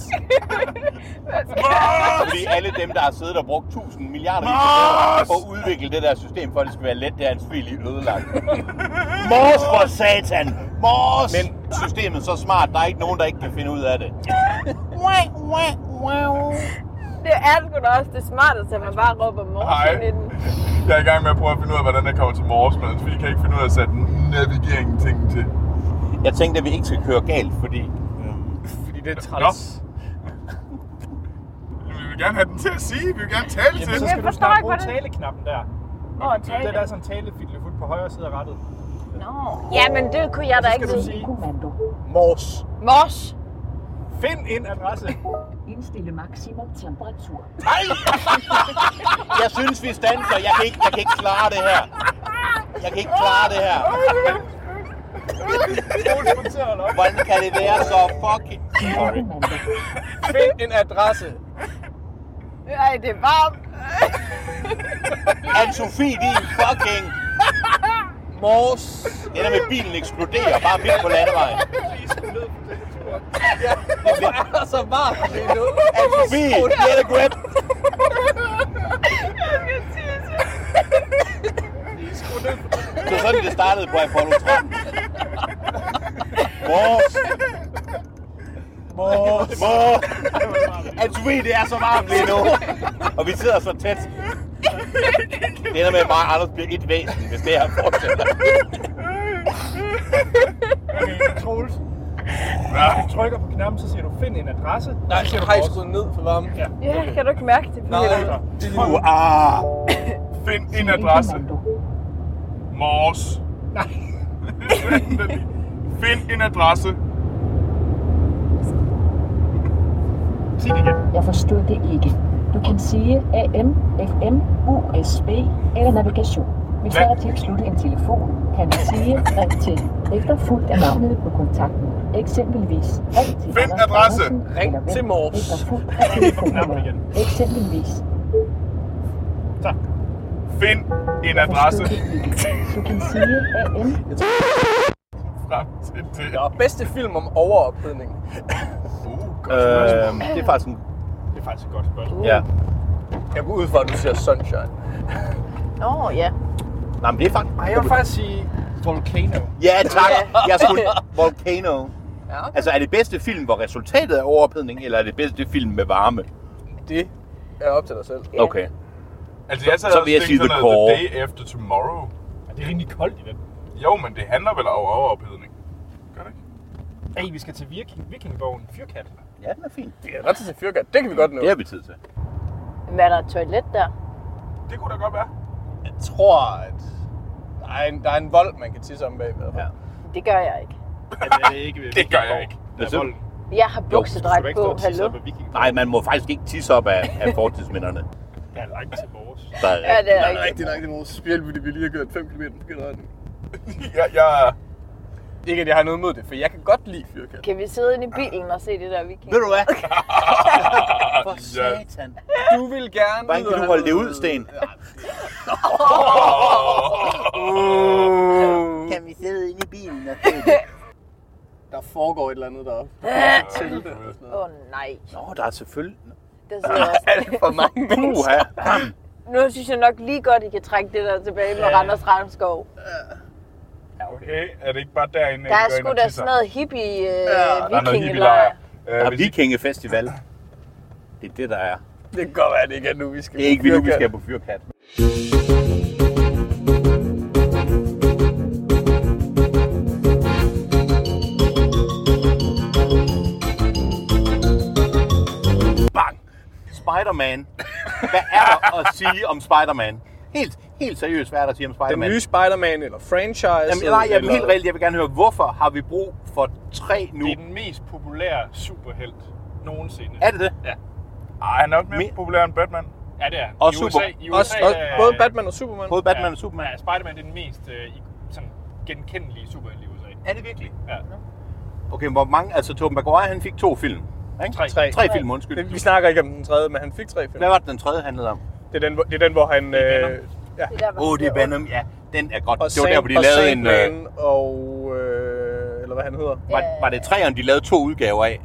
E: Mars!
C: Fordi alle dem, der har siddet og brugt 1000 milliarder
E: Mors!
C: på at udvikle det der system, for at det skal være let, det er en svil i ødelagt. Mors for satan! Mors! Men systemet er så smart, der er ikke nogen, der ikke kan finde ud af det.
F: Det er sgu da også det smarteste, at man bare råber mors
E: Hej.
F: ind i den.
E: Jeg er i gang med at prøve at finde ud af, hvordan jeg kommer til Mors, men altså, vi kan ikke finde ud af at sætte navigeringen ting til.
C: Jeg tænkte, at vi ikke skal køre galt, fordi
D: Fordi det er
E: Nå.
D: træls.
E: Vi vil gerne have den til at sige, vi vil gerne tale til
B: Jamen, så
E: den.
F: Jeg
B: skal du
F: forstår
B: snart
F: ikke,
B: bruge
F: hvordan-
B: taleknappen der.
F: Åh, tale.
B: Det der er sådan talefidlefut på højre side af rettet.
F: Nå. Ja, men det kunne jeg da
B: Så
F: ikke
B: skal du
F: vide.
B: sige,
D: Mors.
B: [LAUGHS]
F: Mors.
B: find en adresse.
I: Indstille maksimum temperatur.
C: Nej! Jeg synes, vi standser. Jeg kan, ikke, jeg kan ikke klare det her. Jeg kan ikke klare det her. Hvordan kan det være så fucking... Sorry.
E: [LAUGHS]
D: Find en adresse.
F: Ej, det er varmt.
C: Anne-Sophie, din fucking...
D: Mors.
C: Det der med bilen eksploderer bare midt på landevejen.
D: Hvorfor er der så varmt lige nu?
F: [LAUGHS]
C: Anne-Sophie, get a grip! Det var sådan, det startede på Apollo 13. Mors! Mors! Mors! Anne-Sophie, det er så varmt lige nu. Og vi sidder så tæt. Det ender med, at bare Anders bliver et væsen, hvis det her fortsætter.
B: Okay, Troels. Du trykker på knappen, så siger du, find en adresse.
D: Nej, jeg har ikke skruet ned for varmen. Ja.
F: Ja, kan du ikke mærke det?
D: Nej,
F: Peter?
D: det er lige nu.
C: Uh, ah.
E: Find en adresse. Mors. [LAUGHS] Nej. Find en adresse.
B: Sig det igen.
I: Jeg forstod det ikke. Du kan sige AM, FM, USB eller navigation. Hvis der er tilsluttet en telefon, kan du sige ring til, efterfulgt af navnet på kontakten. Eksempelvis ring til
E: Find
I: Anders
E: adresse.
I: Andersen
D: Ring
I: eller hvem,
D: til Mors.
I: Efterfulgt af telefonnummeret.
B: igen.
I: Eksempelvis.
E: Find en
I: Jeg
E: adresse.
I: forstod det ikke. Du kan sige AM,
E: Frem til det.
D: Nå, bedste film om overophedning.
C: Øhm, det er faktisk en...
B: Det er faktisk et godt spørgsmål.
C: Ja.
D: Jeg går ud fra, at du siger Sunshine.
F: Nå, ja.
C: Nej, men det er faktisk...
B: Ej, jeg vil faktisk sige Volcano.
C: Ja, tak. Jeg skulle... Volcano. Ja, okay. Altså er det bedste film, hvor resultatet er overophedning, eller er det bedste film med varme?
D: Det er op til dig selv.
C: Okay.
E: Altså, jeg
C: Så-
E: sad
C: så
E: også
C: vil jeg
E: og
C: sige
E: tænkte
C: The
E: sådan noget,
C: Core.
E: Day After Tomorrow.
B: Er det rimelig koldt i den?
E: Jo, men det handler vel om overophedning. Gør det ikke?
B: Ej, vi skal til Viking, Vikingborgen. Fyrkat.
C: Ja, den er fin.
D: Vi har ret til at se fyrkat. Det kan vi godt nå.
C: Det har vi tid til.
F: Hvad er der et toilet der?
E: Det kunne da godt være.
D: Jeg tror, at der er en, der er en vold, man kan tisse om bagved. Ja.
F: Det gør jeg ikke.
B: Er det ikke
E: Det gør jeg ikke.
C: Hvad siger du?
F: Jeg har
B: du
F: buksedræk
B: ikke stå
F: på,
B: og tisse
F: hallo.
B: op ad Vikingborgen?
C: Nej, man må faktisk ikke tisse op af, af fortidsminderne.
B: Det er langt til vores.
C: Der er,
F: Ja, det er
D: Det er
F: rigtigt.
D: rigtig langt i morges. Specielt fordi vi lige har kørt 5 km på [LAUGHS] generalen.
E: Jeg, jeg,
D: Ikke at jeg har noget imod det, for jeg kan godt lide fyrkat.
F: Kan vi sidde inde i bilen og se det der viking?
C: Ved du hvad? [LAUGHS] For
E: Ja.
C: satan.
D: Du vil gerne...
C: Hvordan kan du holde det ud, Sten?
J: Can we sidde inde i bilen og
D: Der foregår et eller andet [LAUGHS] deroppe.
F: Åh oh, nej.
C: Nå, der er selvfølgelig...
F: Der sidder også.
D: Alt for mange mennesker.
C: Uha.
F: Nu synes jeg nok lige godt, I kan trække det der tilbage med Randers Ramskov.
E: okay, er det ikke bare derinde?
F: Der
E: I
F: er
E: går ind
F: sgu
E: og
F: da
E: tisser?
F: sådan noget hippie
E: Der
F: øh,
E: er noget
F: vikingelejr.
E: hippielejr. Øh,
C: Der er
E: hvis I-
C: vikingefestival. Det er det, der er.
D: Det kan godt være, at det ikke er nu, vi skal
C: Det er ikke vi nu, vi skal på fyrkat. Bang! Spider-Man. Hvad er der at sige om Spider-Man? Helt, helt seriøst, hvad er der at sige om
D: Den
C: Spider-Man?
D: nye Spider-Man eller franchise.
C: Jamen, nej, jeg vil
D: eller-
C: helt reelt, jeg vil gerne høre, hvorfor har vi brug for tre nu?
B: Det er den mest populære superhelt nogensinde.
C: Er det det?
E: Ej, han er også mere
C: Me-
E: populær end Batman.
B: Ja, det er han.
C: Og
B: I
C: super-
B: USA, i USA
D: Også, også,
B: er-
D: både Batman og Superman.
C: Både Batman
B: ja,
C: og Superman?
B: Ja, Spider-Man er den mest øh, i- sådan, genkendelige superhelt i USA.
C: Er det virkelig?
B: Ja.
C: Okay, hvor mange... Altså, Tobey Maguire, han fik to film. Ikke?
B: Tre.
C: tre. Tre film,
D: Det- Vi
C: undskyld.
D: snakker ikke om den tredje, men han fik tre film.
C: Hvad var det, den tredje handlede om?
D: Det er den, hvor, det er den, hvor han...
B: er
D: øh, ja.
F: Det der, hvor
C: Åh, oh, det er
F: bliver-
C: Venom, ja. Den er godt.
D: Og
C: det var der, hvor de
D: og
C: lavede en...
D: Sandman
C: Øh,
D: og... Øh, eller hvad han hedder.
C: var, var det træerne, de lavede to udgaver af?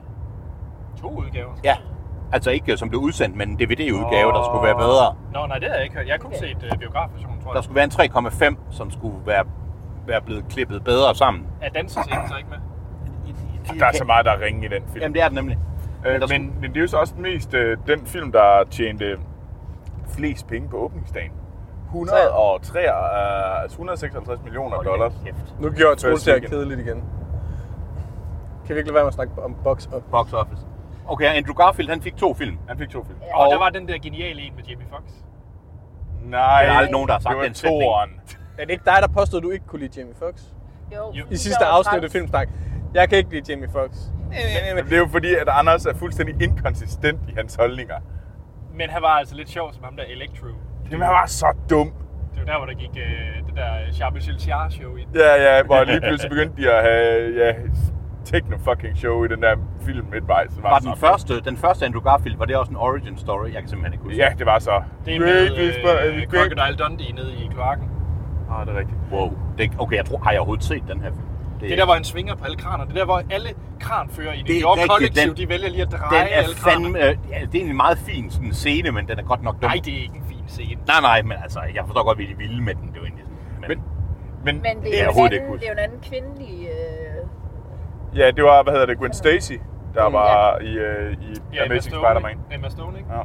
B: To udgaver.
C: Ja. Altså ikke som blev udsendt, men en DVD-udgave, der skulle være bedre.
B: Nå, nej, det har jeg ikke hørt. Jeg har kun set øh, biografversionen, tror
C: Der
B: jeg.
C: skulle være en 3,5, som skulle være, være blevet klippet bedre sammen.
B: Er dansescenen så ikke med?
E: Der er så meget, der er ringe i den film.
C: Jamen, det er den nemlig.
E: Øh,
C: der
E: men,
C: skulle-
E: men det er jo så også den mest øh, den film, der tjente flest penge på åbningsdagen. 103, øh, altså 156 millioner dollars.
D: Nu gjorde Troels det her
E: weekend.
D: kedeligt igen. Kan vi ikke lade være med at snakke om box up?
C: Box office. Okay, Andrew Garfield, han fik to film.
E: Han fik to film.
B: Og, og der var den der geniale en med Jamie Foxx.
E: Nej,
C: Der er aldrig nogen, der har sagt
E: det var
C: den sætning.
E: toeren.
D: Er det ikke dig, der påstod, at du ikke kunne lide Jamie Foxx?
F: Jo.
B: Jo.
D: I
F: Det
D: sidste
F: var
D: afsnit af
F: træls.
D: Filmsnak. Jeg kan ikke lide Jamie Foxx.
E: Jamen, Det er jo fordi, at Anders er fuldstændig inkonsistent i hans holdninger.
B: Men han var altså lidt sjov som ham der Electro.
E: Jamen, han var så dum.
B: Det var der, hvor der gik øh, det der Charles Michel Char show i.
E: Ja, ja, hvor lige pludselig begyndte de at have ja, techno-fucking-show i den der film midtvejs. Det
C: Var
E: så
C: den
E: fedt.
C: første, den første Andrew Garfield, var det også en origin story? Jeg kan simpelthen ikke huske.
E: Ja, det var så.
B: Det er
E: Great
B: med
E: Whisper and
B: øh,
E: Great-
B: Crocodile Dundee nede i kloakken.
E: Ah, det er rigtigt.
C: Wow. Det, okay, jeg tror, har jeg overhovedet set den her film?
B: Det er der, hvor han svinger på alle kraner. Det er der, hvor alle kranfører i
C: Det
B: New
C: er
B: York
C: rigtigt,
B: kollektiv,
C: den-
B: de vælger lige at dreje
C: Den er
B: alle kraner.
C: fandme... Øh, ja, det er en meget fin sådan, scene, men den er godt nok dum.
B: Nej, det er ikke en fin scene.
C: nej, nej, men altså, jeg forstår godt, at vi er vilde med den. Det er jo egentlig sådan. Men,
E: Men- Men,
F: Men det
C: Det er
F: er, jo en
C: overhovedet ikke
F: anden, det er jo en anden kvindelig... Øh,
E: ja, det var, hvad hedder det, Gwen Stacy, der var i, øh, i
B: Ja, Emma
E: Amazing
B: Stone,
E: Spider-Man.
B: ikke? Emma Stone, ikke?
E: Ja.
F: jo.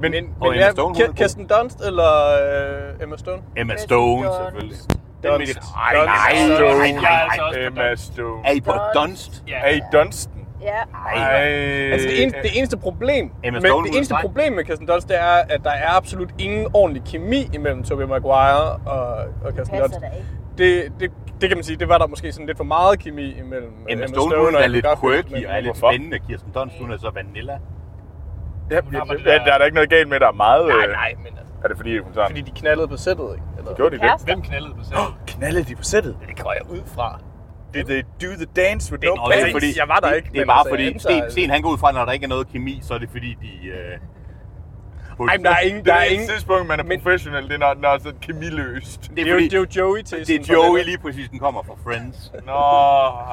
E: Men,
D: Men,
C: Og
D: men
C: Emma
D: ja,
C: Stone, hun er
D: Ki-
C: god.
D: Kirsten Dunst eller øh, Emma Stone?
C: Emma Stone,
F: Dunst.
C: selvfølgelig. Den med
D: Dunst.
C: det, nej, nej,
D: Dunst.
C: nej, nej,
B: Jeg er
C: nej,
B: altså også på
E: Emma
B: Dunst.
E: Stone.
C: Er I på
F: Dunst.
C: Dunst?
B: Ja.
E: Er I Dunstan?
F: Ja.
C: Nej.
D: Altså det, eneste, det eneste problem,
C: Øh, Emma
D: med,
C: Stone, hun er
D: det eneste
C: streng.
D: problem med Kirsten Dunst, det er, at der er absolut ingen ordentlig kemi imellem Tobey Maguire og, og Kirsten
F: Passer
D: Dunst.
F: da ikke.
D: Det, det, det kan man sige, det var der måske sådan lidt for meget kemi imellem øh,
C: Emma Stone, hun er lidt
D: Garfield,
C: quirky
D: men-
C: og er lidt
E: Hvorfor?
C: spændende. Kirsten Dunst, hun er så vanilla.
E: Ja,
B: Hun har bare det
E: ja,
B: der-
E: der er da ikke noget galt med, der er meget...
D: Nej,
E: øh,
D: nej, men altså,
E: Er det fordi, hun sådan...
D: fordi de knaldede på sættet, ikke? Eller?
E: Gjorde de det?
F: Kærester.
B: Hvem knaldede på sættet?
E: Knaldede de på sættet?
D: Det går jeg ud fra.
E: Did they do the dance with
C: Det er
E: no
C: nok ikke,
E: pants?
C: fordi,
D: Jeg var der
C: det,
D: ikke,
C: Det er
D: men
C: bare
D: altså, jeg
C: fordi,
D: antager,
C: Sten,
D: at-
C: Sten, han går ud fra, når der ikke er noget kemi, så er det fordi, de... Øh,
D: Ej, men der er ingen...
E: Det
D: [LAUGHS] Der
E: er
D: er
E: det
D: ingen
E: eneste tidspunkt, man er
D: men-
E: professionel, det er, når, når sådan kemiløst.
C: det
D: det,
C: er
D: er jo,
C: fordi,
D: det er jo Joey til
C: det er Joey lige præcis, den kommer fra Friends.
E: Nå,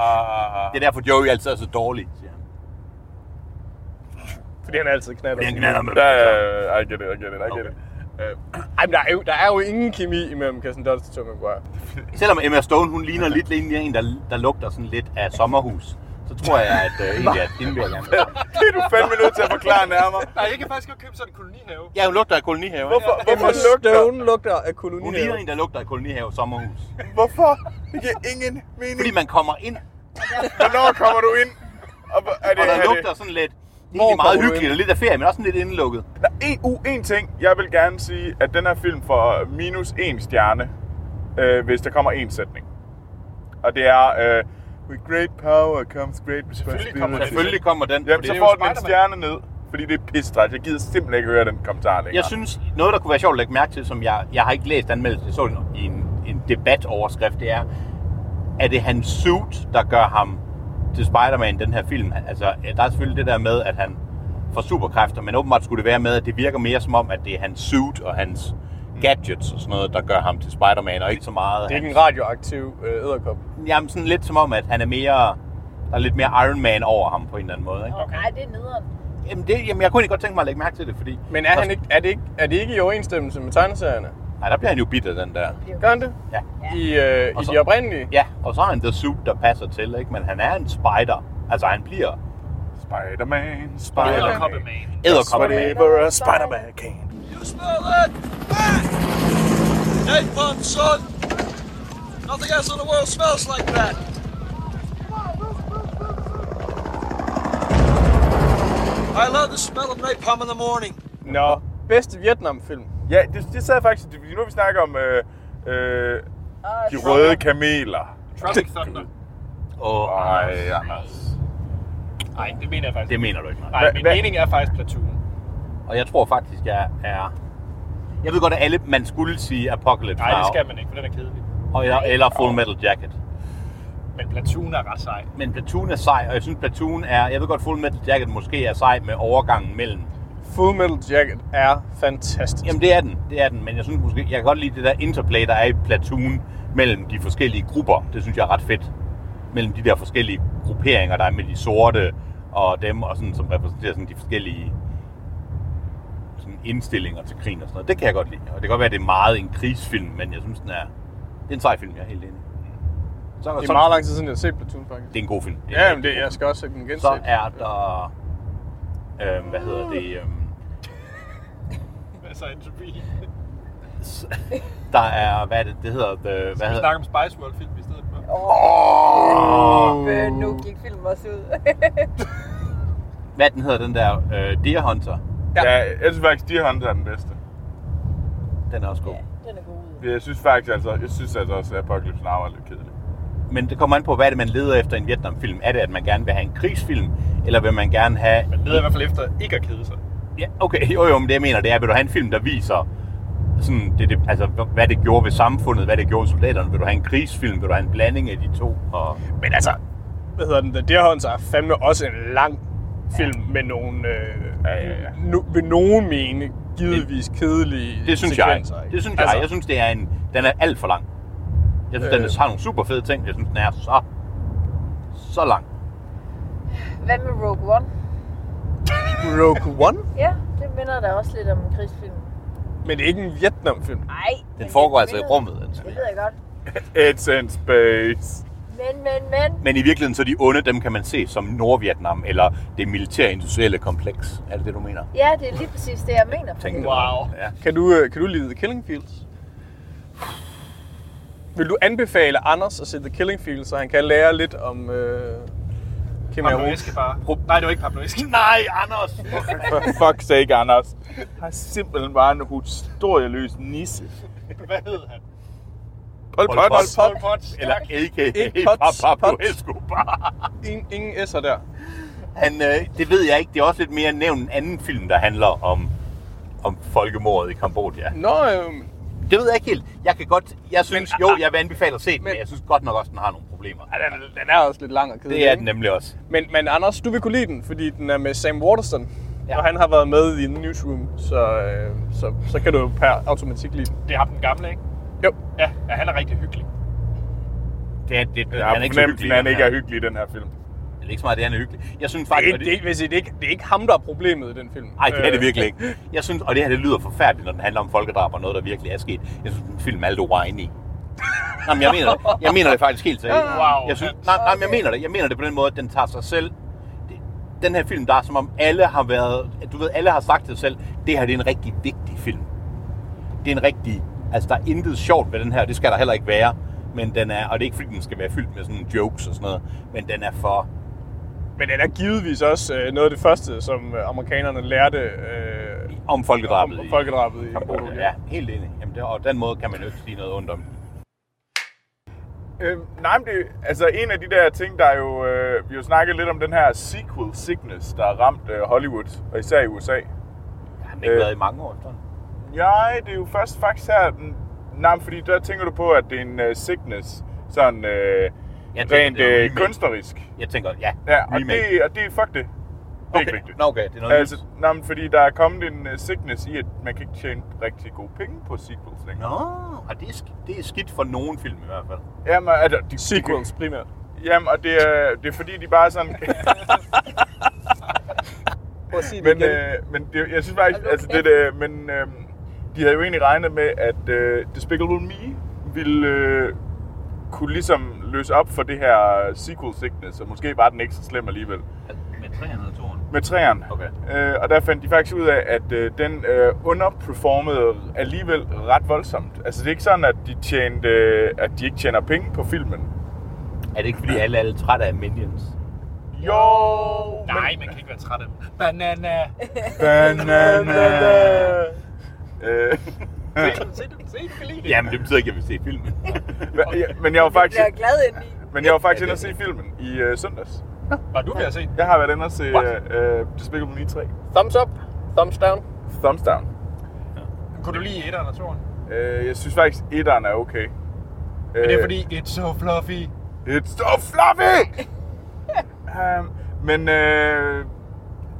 E: Ah,
C: Det er derfor, Joey altid er så dårlig, siger han.
D: Fordi han altid knaller.
C: Fordi han knaller med
E: Ja, ja, ja, I get it, I get it, I get it. Øh,
D: Ej, men der er, jo, der er jo ingen kemi imellem Kirsten Dunst og Tobey Maguire.
C: Selvom Emma Stone, hun ligner lidt lige en, der, der lugter sådan lidt af sommerhus, så tror jeg, at øh, egentlig, at hende vil jeg gerne.
E: Det er du fandme nødt til at forklare nærmere.
B: Nej, jeg kan faktisk godt købe sådan en kolonihave.
C: Ja, hun lugter af kolonihave.
E: Hvorfor-
D: Emma Stone lugter af kolonihave.
C: Hun ligner en, der lugter af kolonihave sommerhus.
E: Hvorfor? Det giver ingen mening.
C: Fordi man kommer ind,
E: Hvornår kommer du ind? Og, hvor- er det,
C: og
E: er
C: der
E: det-
C: lugter sådan lidt... Egentlig
E: kommer
C: meget
E: du
C: hyggeligt
E: ind?
C: og lidt af ferie, men også sådan lidt indelukket.
E: Der er en, uh, en ting, jeg vil gerne sige, at den her film får minus en stjerne, øh, hvis der kommer en sætning. Og det er, øh, with great power comes great responsibility.
B: kommer den.
C: Selvfølgelig kommer den.
E: Jamen,
C: fordi
E: så
C: det er jo
E: får den en
B: Spider-Man.
E: stjerne ned, fordi det er pistræt. Jeg gider simpelthen ikke høre den kommentar længere.
C: Jeg synes, noget, der kunne være sjovt at lægge mærke til, som jeg, jeg har ikke læst anmeldelsen, jeg så den i en, en debatoverskrift, det er, er det hans suit, der gør ham til Spider-Man i den her film? Altså, der er selvfølgelig det der med, at han får superkræfter, men åbenbart skulle det være med, at det virker mere som om, at det er hans suit og hans gadgets og sådan noget, der gør ham til Spider-Man, og ikke så meget...
D: Det er ikke en
C: hans-
D: radioaktiv øh, æderkop.
C: Jamen, sådan lidt som om, at han er mere... Der er lidt mere Iron Man over ham på en eller anden måde, ikke?
F: Okay. Nej, det er nederen.
C: Jamen, det, jamen, jeg kunne egentlig godt tænke mig at lægge mærke til det, fordi...
D: Men er, han ikke, er, det ikke, er det ikke i overensstemmelse med tegneserierne?
C: Nej, der bliver han jo bidt af den der...
D: Gør han det?
C: Ja.
D: I, øh,
C: Og
D: i
C: så-
D: de oprindelige?
C: Ja, og så har han the suit, der passer til, ikke? Men han er en spider. Altså, han bliver
E: Spider-Man,
B: Eller
E: Spider-Man,
B: koppeman.
C: æderkoppet.
E: whatever a Spider-Man can.
H: You smell that? Hey, fun, son. Nothing else in the world smells like that. I love the smell of napalm in the morning.
D: Nå, bedste Vietnamfilm.
E: Ja, det, det sad faktisk... Det, nu har vi snakker om øh, øh, de røde kameler.
B: Tropic Thunder.
C: Åh,
E: Ej, Anders.
B: Nej, det mener jeg faktisk
C: det mener du ikke, man.
B: Nej,
E: Hva-
B: min
E: hva-
B: mening er faktisk Platoon.
C: Og jeg tror faktisk, jeg er... Jeg ved godt, at alle, man skulle sige Apocalypse
B: Nej, det
C: Now,
B: skal man ikke, for den er kedelig.
C: og eller, eller Full Metal Jacket.
B: Men Platoon er ret sej.
C: Men Platoon er sej, og jeg synes, Platoon er... Jeg ved godt, Full Metal Jacket måske er sej med overgangen mellem.
D: Full Metal Jacket er fantastisk.
C: Jamen, det er den, det er den, men jeg synes måske... Jeg kan godt lide det der interplay, der er i Platoon mellem de forskellige grupper. Det synes jeg er ret fedt. Mellem de der forskellige [LAUGHS] grupperinger, der er med de sorte og dem, og sådan, som repræsenterer sådan de forskellige sådan indstillinger til krigen og sådan noget. Det kan jeg godt lide. Og det kan godt være, at det er meget en krigsfilm, men jeg synes, den er, det er en sej film, jeg er helt enig. i. Så,
D: det
C: så-
D: er meget lang tid siden, jeg har set Platoon, faktisk.
C: Det er en god film. Det er en
D: Ja,
C: rigtig
D: men det,
C: god
D: jeg skal også have den
C: film. Så
D: genset.
C: er der... Øhm, hvad hedder det? Øhm,
B: Altså, entropi.
C: der er... Hvad er det, det hedder? The, hvad
B: Vi
C: hedder
B: snakker om Spice World film i stedet for.
F: Oh. Øh, nu gik film også ud.
C: hvad den hedder, den der øh, Deer Hunter.
E: Ja. ja, jeg synes faktisk, de Hunter er den bedste.
C: Den er også god.
F: [LAUGHS] ja, den er god ud.
E: Jeg synes faktisk altså, jeg synes altså også, at Apocalypse Now er lidt kedelig.
C: Men det kommer an på, hvad er det, man leder efter i en Vietnamfilm. Er det, at man gerne vil have en krigsfilm, eller vil man gerne have...
B: Man leder i hvert fald efter ikke at kede sig.
C: Ja, okay, jo jo, men det jeg mener, det er, vil du have en film, der viser, sådan, det, det, altså, hvad det gjorde ved samfundet, hvad det gjorde ved soldaterne. Vil du have en krigsfilm, vil du have en blanding af de to? Og...
D: Men altså, hvad hedder den? The Deer Hunter er fandme også en lang film med nogle, øh,
E: Ja, ja, ja.
D: no, ved nogen mene, givetvis kedelige
C: Det synes jeg.
D: sekvenser. ikke?
C: Det synes jeg.
E: Altså-
B: Altså,
C: Jeg synes, det er en, den er alt for lang. Jeg synes, øh. den
D: Øh.
C: har nogle super fede ting. Jeg synes, den er så, så lang.
F: Hvad med Rogue One?
D: Rogue One?
F: Ja, det minder da også lidt om en krigsfilm.
D: Men det er ikke en Vietnamfilm.
F: Nej.
C: Den foregår altså i rummet. Altså.
F: Det ved jeg godt.
E: It's in space.
F: Men, men, men.
C: Men i virkeligheden, så de onde, dem kan man se som Nordvietnam, eller det militærindustrielle kompleks. Er det det, du mener?
F: Ja, det er lige præcis det, jeg mener.
C: Tænker du? Ja.
D: Kan du, øh, kan du lide The Killing Fields? Vil du anbefale Anders at se The Killing Fields, så han kan lære lidt om øh, Kim
B: Pablo
D: Aarhus?
B: Escobar. Nej, det var ikke Pablo Escobar.
C: Nej, Anders!
E: For fuck's sake, Anders. Har simpelthen bare en historieløs nisse.
B: Hvad hed han?
E: Pol
C: Pol
E: Pot.
C: Pot.
E: Pol Pot.
B: Pot.
C: Eller a.k.a.
D: Ikke Pots,
C: Pablo
D: Pots.
C: Escobar.
D: Ingen, ingen S'er der.
C: Han, øh, det ved jeg ikke. Det er også lidt mere nævnt en anden film, der handler om, om folkemordet i Kambodja.
D: Nå, øh,
C: Det ved jeg ikke helt. Jeg kan godt... Jeg synes, men, jo, jeg vil anbefale at se den, men,
D: men-
C: men jeg synes godt nok også, den har nogle problemer.
D: ja, den, den er også lidt lang og kedelig.
C: Det er
D: ikke?
C: den nemlig også.
D: Men, men Anders, du vil kunne lide den, fordi den er med Sam Waterston.
C: Ja.
D: Ja. Og han har været med i The Newsroom, så, øh, så, så kan du jo per automatik lide den.
B: Det er ham den gamle, ikke?
D: Jo.
B: Ja, ja han er rigtig hyggelig.
C: Det er, det,
E: Jeg
C: han er
E: har
C: ikke så
E: fornemmelsen,
C: hyggelig.
E: at han
C: den
E: ikke
C: her.
E: er hyggelig i den her film.
C: Det er ikke så meget, det han er hyggelig. Jeg synes
D: Det er,
C: faktisk... og
D: ikke, det, er ikke, hvis I- det, er ikke, det er ikke ham, der er problemet i den film.
C: Nej, det er det virkelig ikke. Jeg synes, og det her det lyder forfærdeligt, når den handler om folkedrab og noget, der virkelig er sket. Jeg synes, den film er lidt whiny. Jamen, jeg mener det. Jeg mener det faktisk helt seriøst.
B: Wow.
C: Jeg synes, nej, nej, men jeg mener det. Jeg mener det på den måde, at den tager sig selv. Det- Den her film, der er som om alle har været... Du ved, alle har sagt til sig selv, det her det er en rigtig vigtig film. Det er en rigtig... Altså, der er intet sjovt ved den her. Det skal der heller ikke være. Men den er... Og det er ikke, fordi den skal være fyldt med sådan jokes og sådan noget. Men den er for...
B: Men den er givetvis også øh, noget af det første, som øh, amerikanerne lærte øh,
C: om folkedrabet.
B: Om, om folkedrabet i
C: Cambodia. Ja, helt enig. Jamen, det, og den måde kan man jo ikke sige noget ondt om.
E: Øh, nej, men det, altså en af de der ting, der jo, øh, vi jo snakket lidt om den her sequel sickness, der har ramt øh, Hollywood, og især i USA.
C: Har den
E: Øh.
C: ikke været i mange år efterhånden?
E: Nej, det er jo først faktisk her, den, nej, men fordi der tænker du på, at det er en øh, sickness, sådan øh,
C: Jeg tænker,
E: rent
C: det er en
E: øh,
C: remake.
E: kunstnerisk.
C: Jeg tænker, ja,
E: Ja, og
C: remake.
E: det, og det, fuck det. Det er
C: Okay.
E: ikke vigtigt.
C: Nå, okay, det er noget
E: altså, nej, men fordi der er kommet en øh, sickness i, at man kan ikke tjene rigtig gode penge på sequels længere.
C: Nå, og det er, sk- det er skidt for nogen film i hvert fald.
E: Jamen, altså, de, sequels
B: primært.
E: Jamen, og det er, det er fordi, de bare er sådan...
C: [LAUGHS]
D: Prøv at sige
E: men, øh, men det, jeg synes faktisk, altså det, det men øh, de havde jo egentlig regnet med, at øh, Despicable Me ville øh, kunne ligesom løse op for det her sequel sickness, og måske var den ikke så slem alligevel.
C: Med 302'eren?
E: Med træerne.
C: Okay.
E: Øh, og der fandt de faktisk ud af, at øh, den øh, underperformede alligevel ret voldsomt. Altså det er ikke sådan, at de, tjente, øh, at de ikke tjener penge på filmen.
C: Er det ikke fordi alle er trætte af Minions?
E: Jo!
B: Nej, man kan ikke være træt af dem. Banana!
C: [LAUGHS]
E: Banana. Øh,
B: Se, se, se, du kan lide det.
C: Jamen, det betyder ikke, at jeg vil se filmen.
E: Hva- ja, men jeg var faktisk...
B: bliver glad
F: indeni.
E: Men jeg var faktisk inde og se filmen i øh, søndags.
B: Var du ved at se?
E: Jeg har været inde og se øh, Despicable Me 3.
D: Thumbs up, thumbs down.
E: Thumbs down.
B: Kunne du lide etteren og toeren?
E: Øh, jeg synes faktisk, etteren er okay. Øh,
B: Men det er fordi, it's so fluffy.
E: It's so
B: [LAUGHS]
E: fluffy! um, men, øh,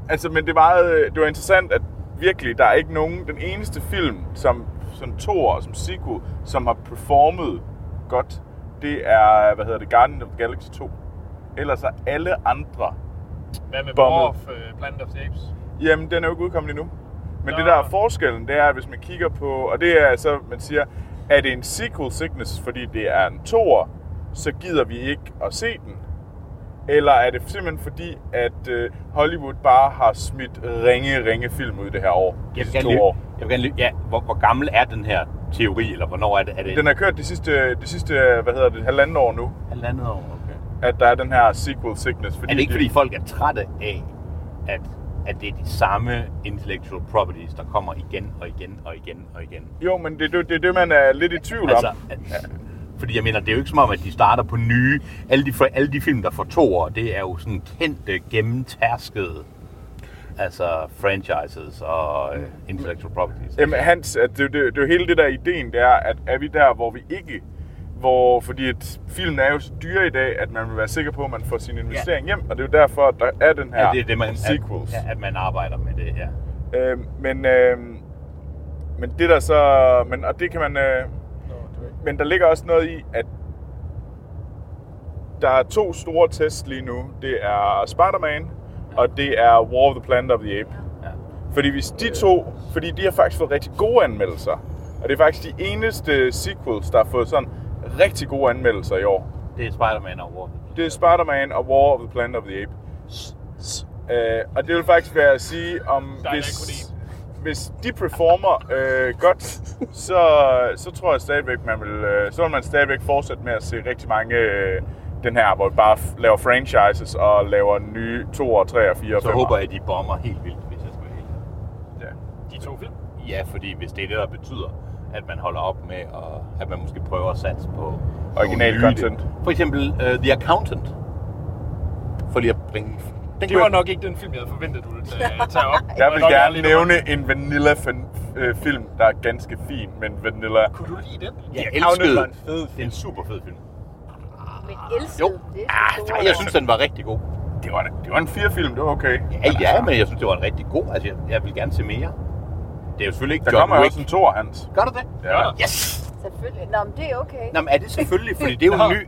E: altså, men det, er meget, øh, det var interessant, at virkelig, der er ikke nogen, den eneste film, som, som Thor og som Siku, som har performet godt, det er, hvad hedder det, Guardian of the Galaxy 2. Ellers er alle andre
B: Hvad med
E: Bommet.
B: War of uh, Planet of the Apes?
E: Jamen, den er jo ikke udkommet endnu.
B: Nå.
E: Men Nå. det, der er forskellen, det er, at hvis man kigger på... Og det er så, man siger, er det en sequel sickness, fordi det er en toer, så gider vi ikke at se den? Eller er det simpelthen fordi, at øh, Hollywood bare har smidt ringe, ringe film ud det her år? de
C: [LAUGHS] Jeg vil
E: sidste
C: gerne
E: to
C: lige,
E: år?
C: jeg vil gerne lige, ja, hvor, hvor gammel er den her teori, eller hvornår er det? Er det
E: Den har kørt de sidste, de sidste hvad hedder det, halvandet år nu,
C: halvandet år, okay.
E: at der er den her sequel sickness. Fordi
C: Er det ikke,
E: de-
C: fordi folk er trætte af, at, at det er de samme intellectual properties, der kommer igen og igen og igen og igen?
E: Jo, men det, er det, det er det, man er lidt i tvivl
C: Altså,
E: om.
C: at, fordi jeg mener, det er jo ikke som om, at de starter på nye. Alle de, for- alle de film, der får to år, det er jo sådan kendte, gennemtærskede altså franchises og øh, intellectual properties.
E: Jamen, Hans, at det, det, det, er jo hele det der ideen, det er, at er vi der, hvor vi ikke... Hvor, fordi at filmen er jo så dyr i dag, at man vil være sikker på, at man får sin investering hjem, og det er jo derfor, at der er den her
C: Ja, det er det, man,
E: sequels.
C: At, at man arbejder med det her.
E: Øh, men, øh, men det der så... Men, og det kan man... Øh, men der ligger også noget i, at der er to store tests lige nu. Det er Spider-Man, og det er War of the Planet of the Apes. Fordi hvis de to, fordi de har faktisk fået rigtig gode anmeldelser. Og det er faktisk de eneste sequels, der har fået sådan rigtig gode anmeldelser i år.
C: Det er Spider-Man og War.
E: Det er Spider-Man og War of the Planet of the Apes. Øh, og det vil faktisk være at sige, om
B: Der er
E: hvis, hvis de performer øh, [LAUGHS] godt, så, så tror jeg stadigvæk, man vil, øh, så vil man stadigvæk fortsætte med at se rigtig mange øh, den her, hvor vi bare f- laver franchises og laver nye 2, 3, 4 og 5.
C: Så håber jeg, at de bomber helt vildt, hvis jeg skal være helt
B: De to film.
C: ærlig. Ja, fordi hvis det er det, der betyder, at man holder op med, og at man måske prøver at satse på... nogle
E: Original
C: nye-
E: content.
C: For eksempel uh, The Accountant. For lige at bringe... Den
B: Det var nok ikke den film, jeg havde forventet, du ville tage,
D: [LAUGHS]
B: tage op.
E: Jeg
B: var
E: vil
B: nok
E: gerne
B: ærlig, det var-
E: nævne en Vanilla-film, der er ganske fin, men Vanilla...
B: Kunne du lide den?
C: Jeg
E: Accountant
C: elskede
E: var
C: den.
E: en
C: Det er en super fed film.
F: Men elskede
C: Jo.
F: det. er
C: Ah,
F: så
C: nej,
F: store
C: jeg synes, den var rigtig god.
E: Det var, det var en firefilm, det var okay.
C: Ja, ja, men jeg synes, det var en rigtig god. Altså, jeg, jeg vil gerne se mere. Det er jo selvfølgelig ikke
E: Der
C: John
E: kommer jo
C: Wick.
E: også en tor, Hans.
C: Gør du det?
E: Ja.
C: Yes!
F: Selvfølgelig. Nå, men det er okay.
C: Nå, men er det selvfølgelig, fordi det er jo en ny...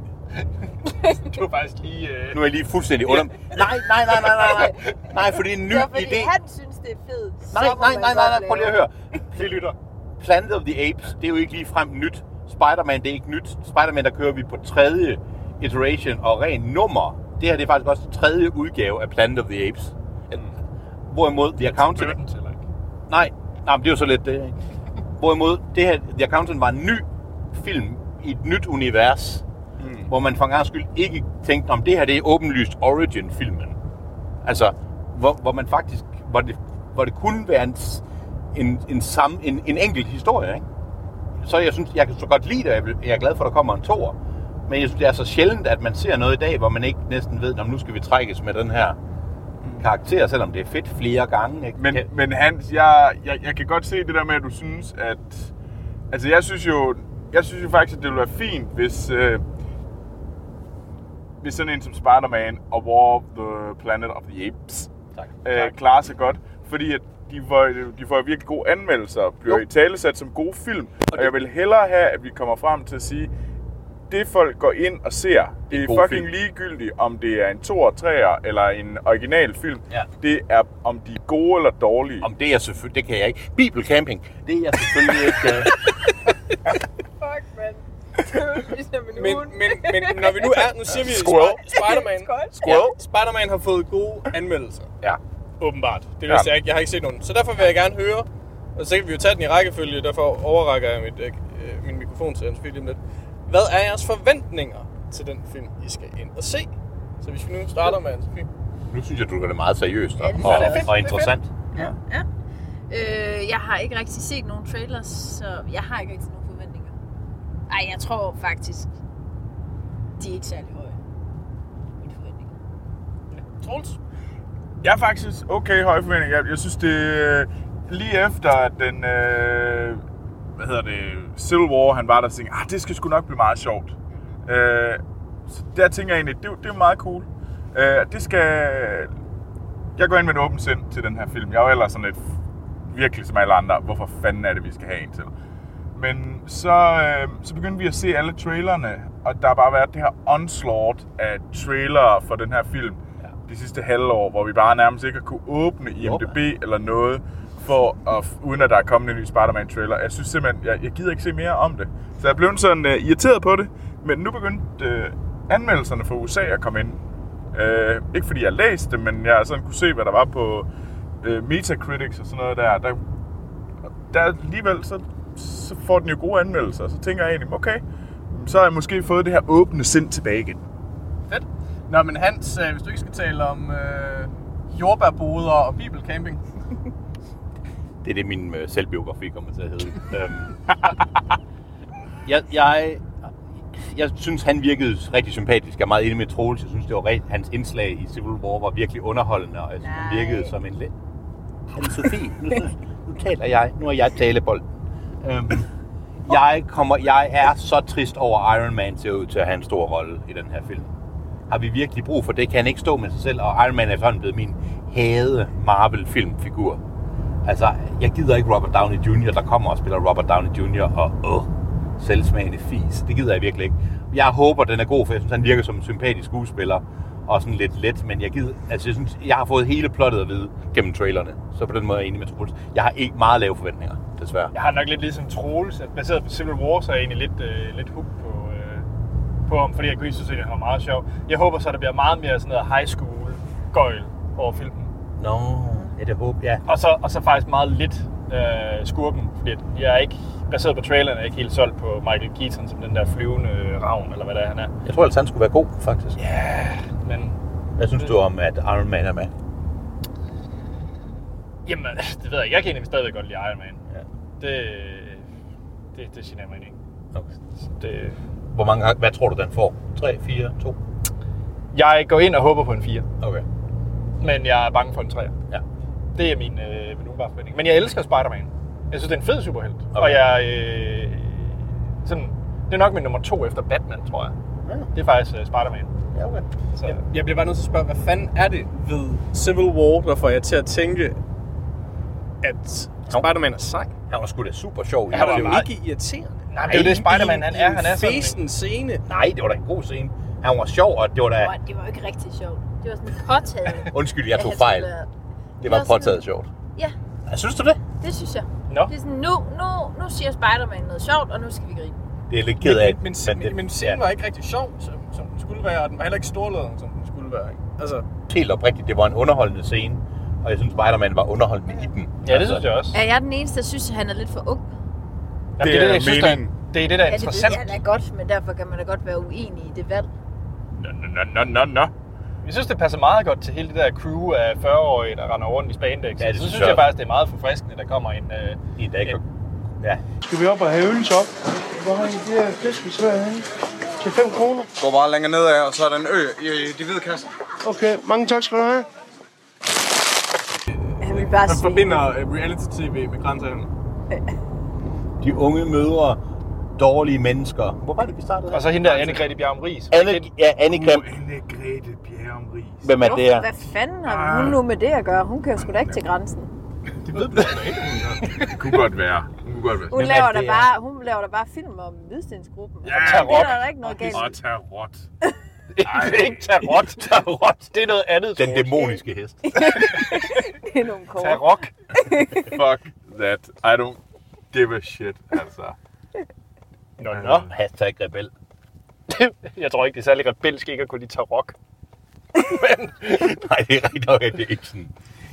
B: Det var faktisk lige... Øh...
C: Nu er jeg lige fuldstændig under... Nej, nej, nej, nej, nej, nej. Nej, for det er en ny
F: så fordi
C: idé.
F: han synes, det er fedt.
C: Nej, nej, nej, nej, nej, prøv lige at høre.
B: Det lytter.
C: Planet of the Apes, det er jo ikke ligefrem nyt. Spider-Man, det er ikke nyt. Spider-Man, der kører vi på tredje iteration og ren nummer. Det her det er faktisk også tredje udgave af Planet of the Apes. Hvorimod The Accountant... Nej, nej, men det er jo så lidt det. ikke? Hvorimod det her, The Accountant var en ny film i et nyt univers, mm. hvor man for en gangs skyld ikke tænkte, om det her det er åbenlyst Origin-filmen. Altså, hvor, hvor man faktisk, hvor det, hvor det kunne være en, s- en, en, sam, en, en enkelt historie, ikke? Så jeg synes, jeg kan så godt lide det, og jeg vil- jeg er glad for, at der kommer en toer. Men jeg synes, det er så sjældent, at man ser noget i dag, hvor man ikke næsten ved, om nu skal vi trækkes med den her karakter, selvom det er fedt flere gange. Ikke?
E: Men, men Hans, jeg, jeg, jeg kan godt se det der med, at du synes, at... Altså, jeg synes jo, jeg synes jo faktisk, at det ville være fint, hvis... Øh, hvis sådan en som Spider-Man og War of the Planet of the Apes
C: tak,
E: øh, klarer sig godt. Fordi at de får, de får virkelig gode anmeldelser, bliver i tale sat som gode film. Og, og jeg vil hellere have, at vi kommer frem til at sige, det folk går ind og ser, det er
C: gode
E: fucking
C: film.
E: ligegyldigt, om det er en 2'er, 3'er eller en original film.
C: Ja.
E: Det er, om de er gode eller dårlige.
C: Om det er selvfølgelig, det kan jeg ikke. Bibelcamping, det er jeg selvfølgelig ikke. øh,
F: Fuck, [LAUGHS] man. ligesom
D: Men, men, men når vi nu er, nu siger vi
E: Squirrel.
D: Spi- Spider-Man.
E: Squirrel.
D: Spider-Man har fået gode anmeldelser.
C: [LAUGHS] Ja.
D: Åbenbart. Det
E: Ja.
D: vidste jeg ikke. Jeg har ikke set nogen. Så derfor vil jeg gerne høre, og så kan vi jo tage den i rækkefølge, derfor overrækker jeg mit, øh, øh, min mikrofon til Hans Philip lidt. Hvad er jeres forventninger til den film, I skal ind og se? Så hvis vi nu starter med Hans Philip.
C: Nu synes jeg, du gør det meget seriøst og,
D: Ja, det
C: og,
D: synes jeg er fedt.
C: og interessant.
F: Ja. ja. Øh, jeg har ikke rigtig set nogen trailers, så jeg har ikke rigtig nogen forventninger. Ej, jeg tror faktisk, de er ikke særlig høje. Mine forventninger.
D: Troels?
E: Jeg er faktisk okay høj forventning. Jeg, jeg synes, det øh, lige efter at den, øh, hvad hedder det, Civil War, han var der, så tænkte jeg, "Ah, det skal sgu nok blive meget sjovt. Øh, så der tænker jeg egentlig, det, det er meget cool. Øh, det skal... Jeg går ind med et åbent sind til den her film. Jeg er jo ellers sådan lidt virkelig som alle andre. Hvorfor fanden er det, vi skal have en til? Men så, øh, så begyndte vi at se alle trailerne, og der har bare været det her onslaught af trailere for den her film ja. de sidste halve år, hvor vi bare nærmest ikke har kunne åbne IMDb eller noget, for at, uden at der er kommet en ny Spider-Man-trailer. Jeg synes simpelthen, jeg, jeg gider ikke se mere om det. Så jeg blev sådan øh, irriteret på det, men nu begyndte øh, anmeldelserne fra USA at komme ind. Øh, ikke fordi jeg læste det, men jeg sådan kunne se, hvad der var på øh, Metacritics og sådan noget der. Der der alligevel, så, så får den jo gode anmeldelser, og så tænker jeg egentlig, okay, så har jeg måske fået det her åbne sind tilbage igen.
D: Fedt.
B: Nå, men Hans, øh, hvis du ikke skal tale om øh, jordbærboder og bibelcamping.
C: Det er det, min øh, selvbiografi kommer til at hedde. øhm, jeg, jeg, jeg synes, han virkede rigtig sympatisk. Jeg er meget enig med Troels. Jeg synes, det var rigt, hans indslag i Civil War var virkelig underholdende, og jeg synes, han virkede som en lidt... Anne Sofie, nu, nu taler jeg. Nu er jeg talebolden. Øhm, jeg, kommer, jeg er så trist over, at Iron Man ser ud til at have en stor rolle i den her film. Har vi virkelig brug for det? Kan han ikke stå med sig selv? Og Iron Man er efterhånden blevet min hade Marvel-filmfigur. Altså, jeg gider ikke Robert Downey Jr., der kommer og spiller Robert Downey Jr. og åh, selvsmagende fis. Det gider jeg virkelig ikke. Jeg håber, den er god, for jeg synes, han virker som en sympatisk skuespiller og sådan lidt let, men jeg, gider, altså, jeg synes, jeg har fået hele plottet at vide gennem trailerne. Så på den måde er jeg enig med Troels. Jeg har ikke meget lave forventninger, desværre.
B: Jeg har nok lidt ligesom Troels, at baseret på Civil War, så er jeg egentlig lidt, øh, lidt hooked på, øh, på ham, fordi jeg kunne synes, at han var meget sjov. Jeg håber så, at der bliver meget mere sådan noget high school gøjl over filmen.
C: Nå, ja, det håber jeg.
B: Og så, og så faktisk meget lidt øh, skurken, fordi at jeg er ikke, baseret på traileren, er jeg ikke helt solgt på Michael Keaton som den der flyvende øh, ravn, eller hvad det er, han er.
C: Jeg tror altså, han skulle være god, faktisk.
B: Men
C: Hvad synes du om, at Iron Man er med?
B: Jamen, altså, det ved jeg ikke. Jeg kan egentlig stadigvæk godt lide Iron Man.
C: Ja.
B: Det, det, det generer mig egentlig ikke.
C: Okay.
B: Det...
C: Hvor mange gange, hvad tror du, den får? 3, 4, 2?
B: Jeg går ind og håber på en 4,
C: Okay.
B: men jeg er bange for en 3.
C: Ja.
B: Det er min, øh, min umiddelbare forventning. Men jeg elsker Spider-Man. Jeg synes, det er en fed superhelt. Okay.
C: Okay.
B: Og jeg... Øh, sådan, det er nok min nummer to efter Batman, tror jeg.
C: Ja.
B: Det er faktisk øh, Spider-Man.
C: Ja, okay.
B: Så,
D: Jeg, jeg bliver bare nødt til at spørge, hvad fanden er det ved Civil War, der får jer til at tænke, at Spider-Man er sej?
C: Han var sgu da super sjov.
D: Han var
C: Det
D: meget ikke irriterende.
B: nej, det er jo det, Spider-Man han er. Han er sådan... en-
D: sådan scene.
C: Nej, det var da en god scene. Han var sjov, og det var da...
F: Det var jo ikke rigtig sjovt. Det var sådan påtaget.
C: Undskyld, jeg tog
F: at han
C: fejl.
F: skulle være-
C: Det var
F: sådan-
C: påtaget sjovt.
F: Ja,
C: Ja, synes du det?
F: det synes jeg.
B: Nå.
F: Det er sådan, nu, nu, nu siger Spider-Man noget sjovt, og nu skal vi grine.
C: Det er lidt ked af.
D: Men, men, men,
C: det-
D: men, men scenen var ikke rigtig sjov, som, som den skulle være, og den var heller ikke storladen, som den skulle være. Ikke? Altså,
C: helt oprigtigt, det var en underholdende scene, og jeg synes, Spider-Man var underholdende i den. Altså,
B: Ja, det synes jeg også.
F: Er jeg den eneste, der synes, at han er lidt for ung?
B: Jamen, det, er det, jeg synes, der, det er det, der er
F: Ja, det ved
B: interessant.
F: jeg da godt, men derfor kan man da godt være uenig i det valg.
E: Nå, nå, nå, nå, nå.
B: Jeg synes, det passer meget godt til hele det der crew af 40-årige, der render rundt i spandex. Ja, det synes, jeg,
C: også.
B: faktisk, det er meget forfriskende, der kommer en... Øh,
C: I dag.
B: En,
C: Ja.
K: Skal vi op og have øl op? Hvor har I de her flæskesvær henne? Til 5 kroner.
L: Gå bare længere nedad, og så er der en ø i i de hvide kasser.
K: Okay, mange tak skal du have.
F: Han vil bare
D: man forbinder øh, reality-tv med grænsehandel.
C: De unge mødre, dårlige mennesker. Hvor var det, vi startede?
B: og så hende der, Anne-Grethe Bjarum Ries.
C: Anne, ja, Anne Grim.
E: Anne-Grethe Bjerrum Ries.
C: Hvem er det her?
B: [LAUGHS]
F: Hvad fanden har hun nu med det at gøre? Hun kører sgu da ikke til grænsen.
E: Det kunne godt være. Det kunne godt være.
F: Hun laver, da bare, hun laver da bare film om Hvidstensgruppen.
E: Ja,
F: og det er der da ikke noget galt.
E: Og tarot.
B: ikke
C: [LAUGHS]
B: tarot. tarot. Det er noget andet.
C: Den dæmoniske hest.
F: Det er nogle kort.
B: Tarok.
E: Fuck that. I don't give a shit, altså.
B: Nå, nå.
C: [LAUGHS] Hashtag rebel.
B: [LAUGHS] jeg tror ikke, det er særlig rebelsk ikke at kunne lide tarok.
C: Nej, det er rigtigt nok, at det er ikke sådan.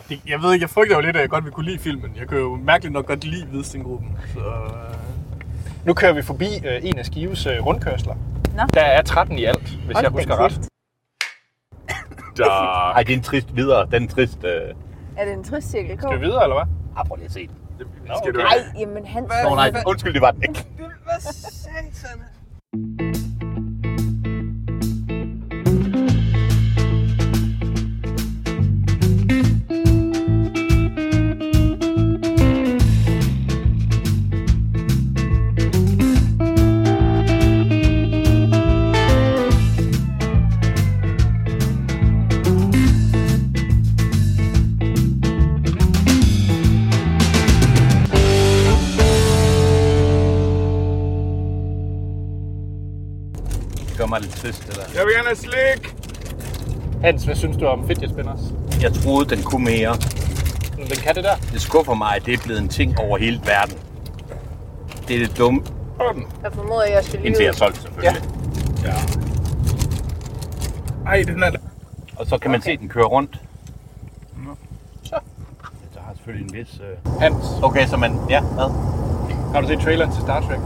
D: Det, jeg ved ikke, jeg frygter jo lidt, at jeg godt vil kunne lide filmen. Jeg kan jo mærkeligt nok godt lide Hvidstengruppen. Så, øh,
B: Nu kører vi forbi øh, en af Skives øh, rundkørsler.
F: Nå.
B: Der er 13 i alt, hvis
F: Hold
B: jeg
F: da
B: husker ret.
E: Der...
C: Ej, det er en trist videre. Den trist... Øh...
F: Er det en trist cirkel?
B: Skal vi videre, eller hvad?
C: Ah, prøv lige at se den.
E: Nå, Skal du
F: Nej, jamen han...
C: Nå, nej, undskyld, det var den ikke.
H: Hvad satan?
C: Det gør mig lidt trist, det der.
E: Jeg vil gerne have slik.
B: Hans, hvad synes du om fidget spinners?
C: Jeg troede, den kunne mere.
B: Når Den kan det der.
C: Det skuffer mig, at det er blevet en ting over hele verden. Det er det dumme,
F: Jeg formoder, jeg skal lyve.
C: indtil jeg er solgt, selvfølgelig.
E: Ej, den er...
C: Og så kan man se, den kører rundt. Så. Der har selvfølgelig en vis... Øh...
B: Hans,
C: Okay, så man... Ja, hvad?
B: har du set traileren til Star Trek?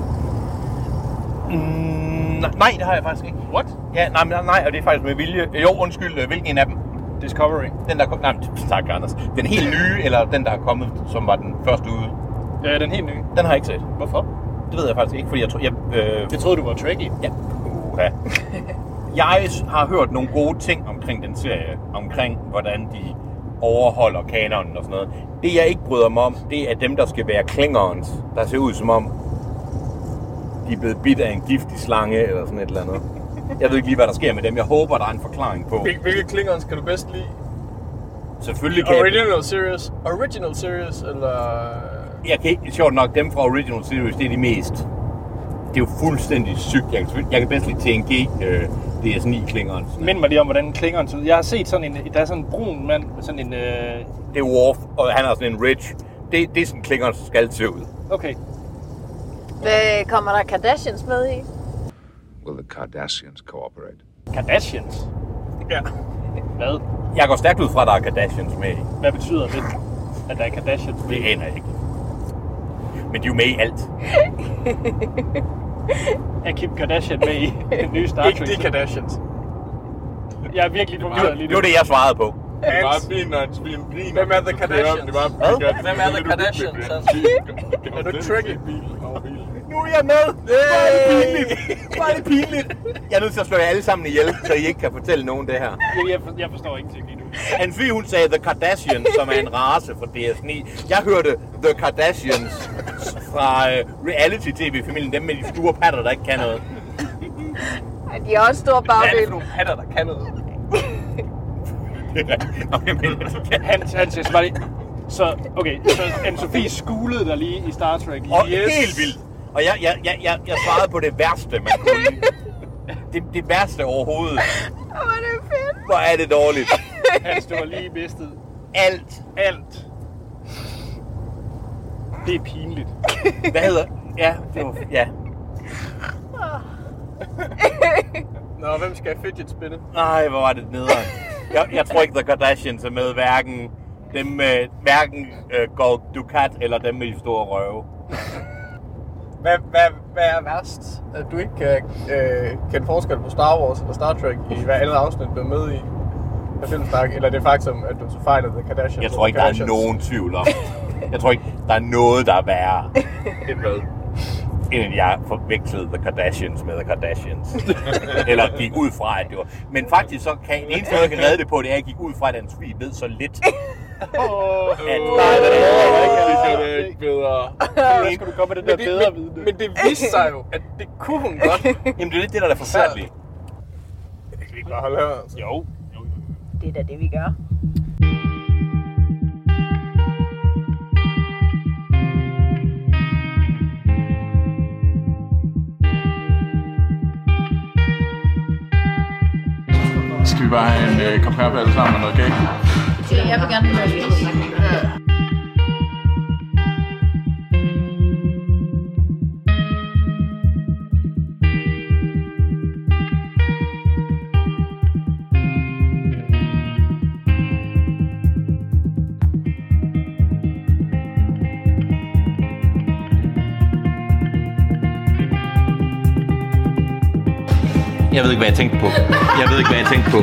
C: Mm, nej, nej, det har jeg faktisk ikke. What? Ja, nej, nej, nej, og det er faktisk med vilje. Jo, undskyld, øh, hvilken en af dem?
B: Discovery.
C: Den der kom... Nej, men tak, Anders. Den
B: [LAUGHS]
C: helt nye, eller den, der er kommet, som var den første ude?
B: Ja, den helt nye.
C: Den har jeg ikke set.
B: Hvorfor?
C: Det ved jeg faktisk ikke, fordi jeg tror... Jeg, øh,
B: Jeg troede, du var Trekkie.
C: Ja.
B: [LAUGHS]
C: Uha. Jeg har hørt nogle gode ting omkring den serie, omkring hvordan de overholder kanonen og sådan noget. Det jeg ikke bryder mig om, det er dem, der skal være klingerens, der ser ud som om, de er blevet bidt af en giftig slange eller sådan et eller andet. Jeg ved ikke lige, hvad der sker med dem. Jeg håber, der er en forklaring på.
D: Hvil- hvilke klingerens kan du bedst lide?
C: Selvfølgelig kan jeg,
D: Original series? Original series, eller...
C: jeg kan ikke, sjovt nok, dem fra Original Series, det er de mest. Det er jo fuldstændig sygt. Jeg kan, selvfølgelig- jeg kan bedst lide TNG, øh, det er sådan i klingeren.
B: Mind mig lige om, hvordan klingeren ud. Jeg har set sådan en, der er sådan en brun mand med sådan en... Øh,
C: Det er Worf, og han er sådan en rich. Det, det er sådan klingeren skal se ud.
B: okay,
F: Hvad kommer der Kardashians med i?
M: Will the Kardashians cooperate?
B: Kardashians.
D: Ja.
B: Hvad?
C: Jeg går stærkt ud fra, at der er Kardashians med i.
B: Hvad betyder det, at der er Kardashians med?
C: Det aner jeg ikke. Men de er jo med i alt.
B: Er Kim Kardashian med i den nye Star Trek?
D: Ikke de Kardashians.
B: Jeg er virkelig forvirret lige
C: Det
B: nu.
C: var det, jeg svarede på.
E: Det er meget fint, når han spiller en griner.
D: Hvem er The
E: Så kører jeg op, Det er meget
C: Hvad?
E: fint. gør-
D: Hvem er The
E: Det lidt
D: Kardashians,
E: uhyggeligt,
D: altså?
E: men- Det var
D: Er du
E: den
D: tricky?
E: bil over bilen.
C: Nu er jeg med! Hvor er det pinligt! Hvor er det pinligt! Jeg er nødt til at slå jer alle sammen ihjel, så I ikke kan fortælle nogen det her.
B: Jeg- Jeg, for, jeg forstår ingenting lige nu.
C: Hans Fy, hun sagde The Kardashians, som er en race fra DS9. Jeg hørte The Kardashians fra øh, reality-tv-familien. Dem med de store patter, der ikke kan noget.
F: Ej, de har også store bagdel.
D: nogle hatter, der kan noget?
C: Nå, men-
B: Hans, Hans, jeg skal bare lige... Så, okay, så Anne-Sophie skulede dig lige i Star Trek.
C: Og yes. helt vildt. Og jeg, jeg, jeg, jeg, jeg svarede på det værste, man kunne. Det, det værste overhovedet.
F: Åh, hvor er det fedt.
C: Hvor er det dårligt.
B: Hans, du har lige mistet
C: Alt.
B: alt. Det er pinligt.
C: [LAUGHS] Hvad hedder... Ja, det var... Ja.
D: [LAUGHS] Nå, hvem skal fidget spinne?
C: Nej, hvor var det nederen. Jeg, jeg tror ikke, The Kardashians er med hverken dem med hverken øh, Gold Ducat eller dem med de store røve.
D: Hvad, hvad, hvad er værst? At du ikke kan øh, kende forskel på Star Wars eller Star Trek i hver andet afsnit, du er med i af filmsnak, eller det faktum, at du så fejler The Kardashians.
C: Jeg tror ikke, der er nogen tvivl om. Jeg tror ikke, der er noget, der er værre.
D: [LAUGHS] End hvad?
C: End at jeg forvekslede The Kardashians med The Kardashians. [LAUGHS] Eller gik ud fra, at det var... Men faktisk så kan en eneste måde, jeg kan redde det på, det er, at jeg gik ud fra, at Anne Sofie ved så
D: [LAUGHS]
C: lidt.
D: Åh,
C: At nej, det er
D: det er ikke bedre. Så skal du komme med den der bedre viden. Men det viste sig jo, at det kunne hun godt.
C: Jamen, det er lidt det, der er forfærdeligt.
D: Det kan vi ikke bare holde her.
C: Jo,
F: Det er da det, vi gør.
E: Skal vi bare have en øh, kop herbe alle sammen og noget kage?
F: Okay, jeg vil gerne høre lidt.
C: Jeg ved ikke, hvad jeg tænkte på. Jeg ved ikke, hvad jeg tænkte på.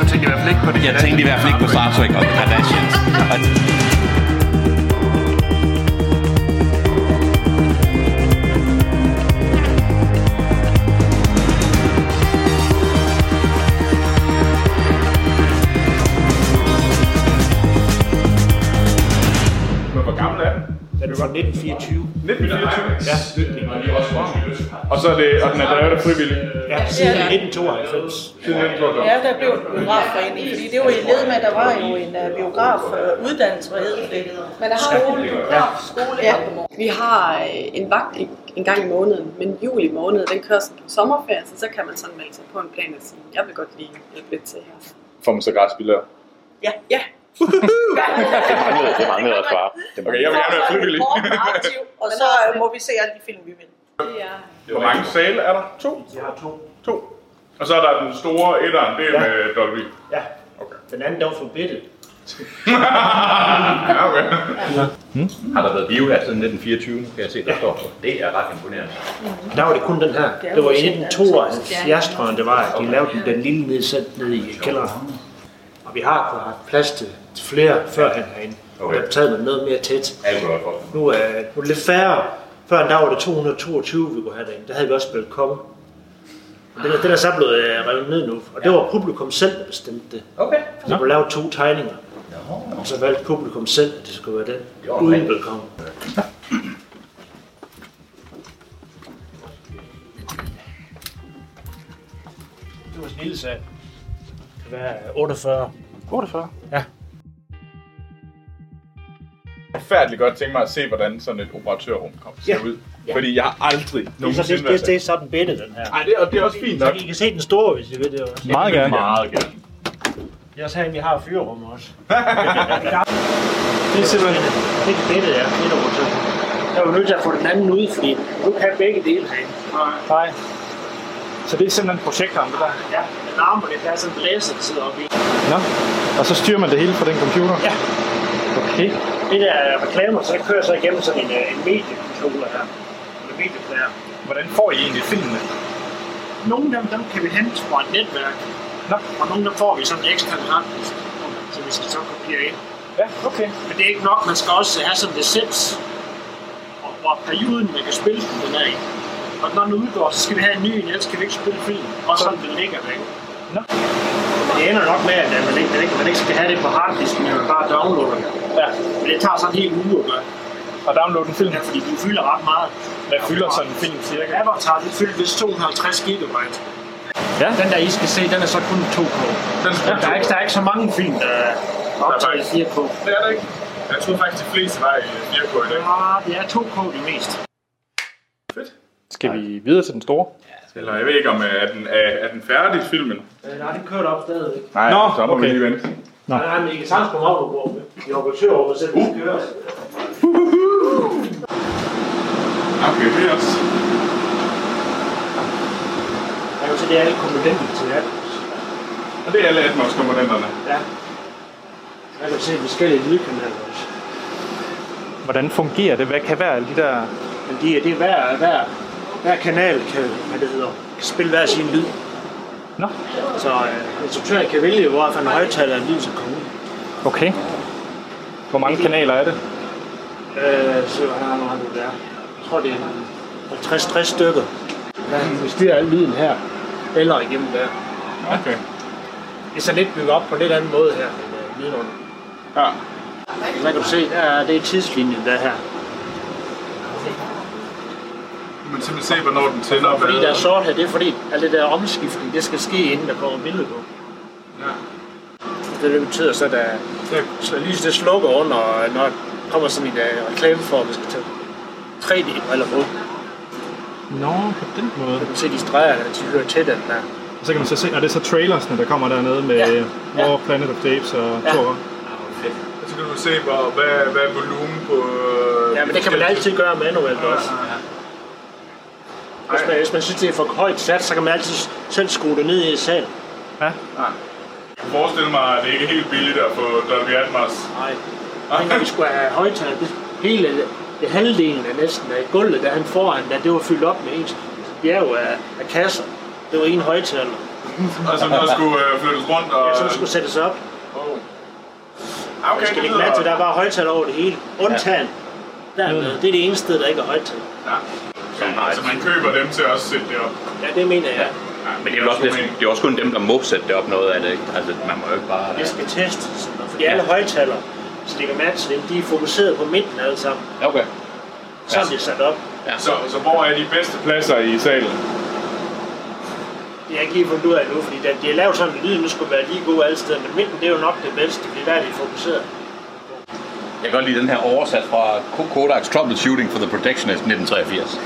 E: Du tænkte i hvert fald ikke på det.
C: Jeg tænkte i hvert fald ikke på Star Trek og The Kardashians. Og
E: Men hvor gammel er den?
N: Den er fra 1924.
E: 1924?
N: Ja.
E: Og så er det, og den er drevet af frivillige.
N: Ja, siden 1992.
E: Siden 1992.
O: Ja, der blev en biografforening, fordi det var i led med, at der var jo en uh, biograf uh, uddannelse, hvad hedder det?
P: Man har skole,
O: Ja.
P: skole ja. Vi har øh, en vagt en- en gang i måneden, men juli måned, den kører sådan på sommerferie, så, så kan man sådan melde sig på en plan og sige, jeg vil godt lige hjælpe lidt til her.
E: Får man så græsbilleder?
P: Ja, ja.
E: Det manglede også bare. Okay, jeg vil gerne være frivillig. [LAUGHS]
O: Og så øh, må vi se alle de film, vi vil.
E: Hvor mange sale er der? To?
N: Jeg har to.
E: To. Og så er der den store etteren, det er
N: Ja.
E: med Dolby.
N: Ja. Okay. Den anden, der var forbedret.
E: ja, okay.
Q: Har der været bio her siden 1924, kan jeg se, der står på. Det er ret imponerende.
N: Der var det kun den her.
Q: Det er
N: Det var i
Q: musik,
N: 1972, tror jeg, det var, at de lavede den, den lille nedsat nede i kælderen. Og vi har kunnet have plads til til flere førhen herinde. Okay. Der taget man noget mere tæt. Nu er, nu er det lidt færre. Før der var det 222, vi kunne have derinde. Der havde vi også velkommen. Og den, er- den er så blevet øh, revet ned nu. Og det var publikum selv, der bestemte det.
O: Okay.
N: Så der blev lavet to tegninger. Og så valgte publikum selv, at det skulle være den.
Q: var
N: Uden
Q: rigtigt.
N: velkommen. Det var sådan en lille sag. Det var 48.
E: 48?
N: Ja.
E: forfærdeligt godt tænke mig at se, hvordan sådan et operatørrum kommer ser
N: Ja.
E: ud.
N: Ja.
E: Fordi jeg har aldrig
N: Det er, så, det, det, det er sådan bedre, den her.
E: Ej, det, og det er også fint nok.
N: Så I kan se den store, hvis I vil det også.
E: Meget gerne. Meget gerne.
N: Jeg er også herinde, vi har fyrerum [LAUGHS] også. det er simpelthen det er bedre, ja. Det er operatør. Jeg var nødt til at få den anden ud, fordi du kan begge dele herinde. Nej.
A: Så det er simpelthen projektoren, det der?
N: Ja, den larmer lidt. Der er sådan en blæser, der sidder oppe i.
A: Nå, og så styrer man det hele fra den computer?
N: Ja.
A: Okay.
N: Det der er reklamer, så kører jeg så igennem sådan en, øh, en mediekontroller her. En medieplayer.
A: Hvordan får I egentlig filmene?
N: Nogle af dem, dem kan vi hente fra et netværk. Nå. Og nogle af dem får vi sådan en ekstern harddisk, som vi skal så kopiere ind.
A: Ja, okay.
N: Men det er ikke nok, man skal også have sådan en licens, og, og perioden, man kan spille den, den er i. Og når den udgår, så skal vi have en ny, en, ellers kan vi ikke spille filmen. Og sådan den ligger der.
A: Nå.
N: Det ender nok med, at øh, man ikke, man ikke, man ikke skal have det på harddisken, men man bare downloader det. Ja. Men det tager sådan en hel uge at gøre.
A: Og downloade en film?
N: Ja, fordi den fylder ret meget.
A: Hvad fylder sådan en film cirka?
N: Avatar, det fyldte vist 250 gigabyte.
A: Ja.
N: Den der, I skal se, den er så kun 2K. Den
E: er kun
N: der, er ikke, der er ikke så mange film,
E: øh,
N: der er optaget i 4K.
E: Det er det ikke. Jeg troede faktisk, de fleste var i 4K i dag.
N: Ah, det er 2K de mest.
A: Skal vi videre til den store?
E: Eller jeg ved ikke, om øh, er den, er, er den færdig, filmen?
N: Øh, nej, den kører op stadigvæk.
E: Nej,
A: Nå,
E: så må
A: okay.
E: vi lige vente.
A: Nå.
N: Nej, nej, men I kan sagtens komme op og gå med. De operatører over selv, de kører.
E: Uh. Okay, det er også.
N: det er alle komponenter til alt.
E: Og det er alle atmoskomponenterne.
N: Ja. Så er der se forskellige lydkanaler også.
A: Hvordan fungerer det? Hvad kan hver af de der...
N: Men de, det er hver, hver, hver kanal, kan, hvad det hedder, kan spille hver sin lyd.
A: Nå.
N: Så øh, instruktøren kan vælge, hvor fra en højtaler en lyd skal komme. ud.
A: Okay. Hvor mange kanaler er det?
N: Øh, så her nu har du der. Jeg tror, det er 50-60 stykker. Ja, hvis det er lyden her, eller igennem der.
E: Okay.
N: Det er så lidt bygget op på en lidt anden måde her, end øh, nedenunder.
E: Ja.
N: Så kan du se, der er, det er tidslinjen, der er her.
E: Man simpelthen se, hvornår den tænder.
N: Og fordi der er sort her, det er fordi, at det der omskiftning, det skal ske, inden der kommer billede på.
E: Ja.
N: Det, det betyder så, at der, så lyset det slukker under, og når der kommer sådan en uh, reklame for, at vi skal tage 3D-briller på.
A: Nå, på den måde.
N: Så kan man se de streger, der de hører til den der.
A: Og så kan man så se, og det er så trailersne, der kommer dernede med ja. War of Planet of the Apes og
N: Ja.
A: Thor.
E: Så kan du se, hvor, hvad, hvad er volumen på... øh,
N: Ja, men det kan man altid gøre manuelt også. Hvis man, hvis man synes, det er for højt sat, så kan man altid selv skrue det ned i salen.
A: Ja.
E: Jeg kan forestille mig, at det ikke er helt billigt at få Dolby Atmos. Ah.
N: Nej. Men vi skulle have højtaler. Det hele det halvdelen af næsten af gulvet, der han foran, der det var fyldt op med ens bjerg af, øh, af kasser. Det var en højtaler.
E: Og som der skulle øh, flyttes rundt og...
N: Ja, som skulle sættes op.
E: Ah, Okay,
N: Okay, jeg skal
E: det
N: lægge
E: lyder...
N: mærke til, der er bare højtaler over det hele. Undtagen. Dernede. Det er det eneste sted, der ikke er højtaler.
E: Ja, så man køber dem til at også sætte det op.
N: Ja, det mener jeg.
Q: Men det er, vel også næsten, det er også kun dem, der må sætte det op noget af det. Ikke? Altså, man må jo ikke bare...
N: Det skal testes. Fordi alle højtalere, så det kan matche dem, de er fokuseret på midten alle sammen.
Q: Okay.
N: Så er det sat op.
E: Ja. Så, så hvor er de bedste pladser i salen?
N: Det har jeg ikke lige fundet ud af nu, fordi den- de har lavet sådan, at lyden nu skulle være lige god alle steder, men midten det er jo nok det bedste, fordi der er de fokuseret.
Q: Jeg kan godt lide den her oversat fra K- Kodaks Troubleshooting for the Protectionist 1983.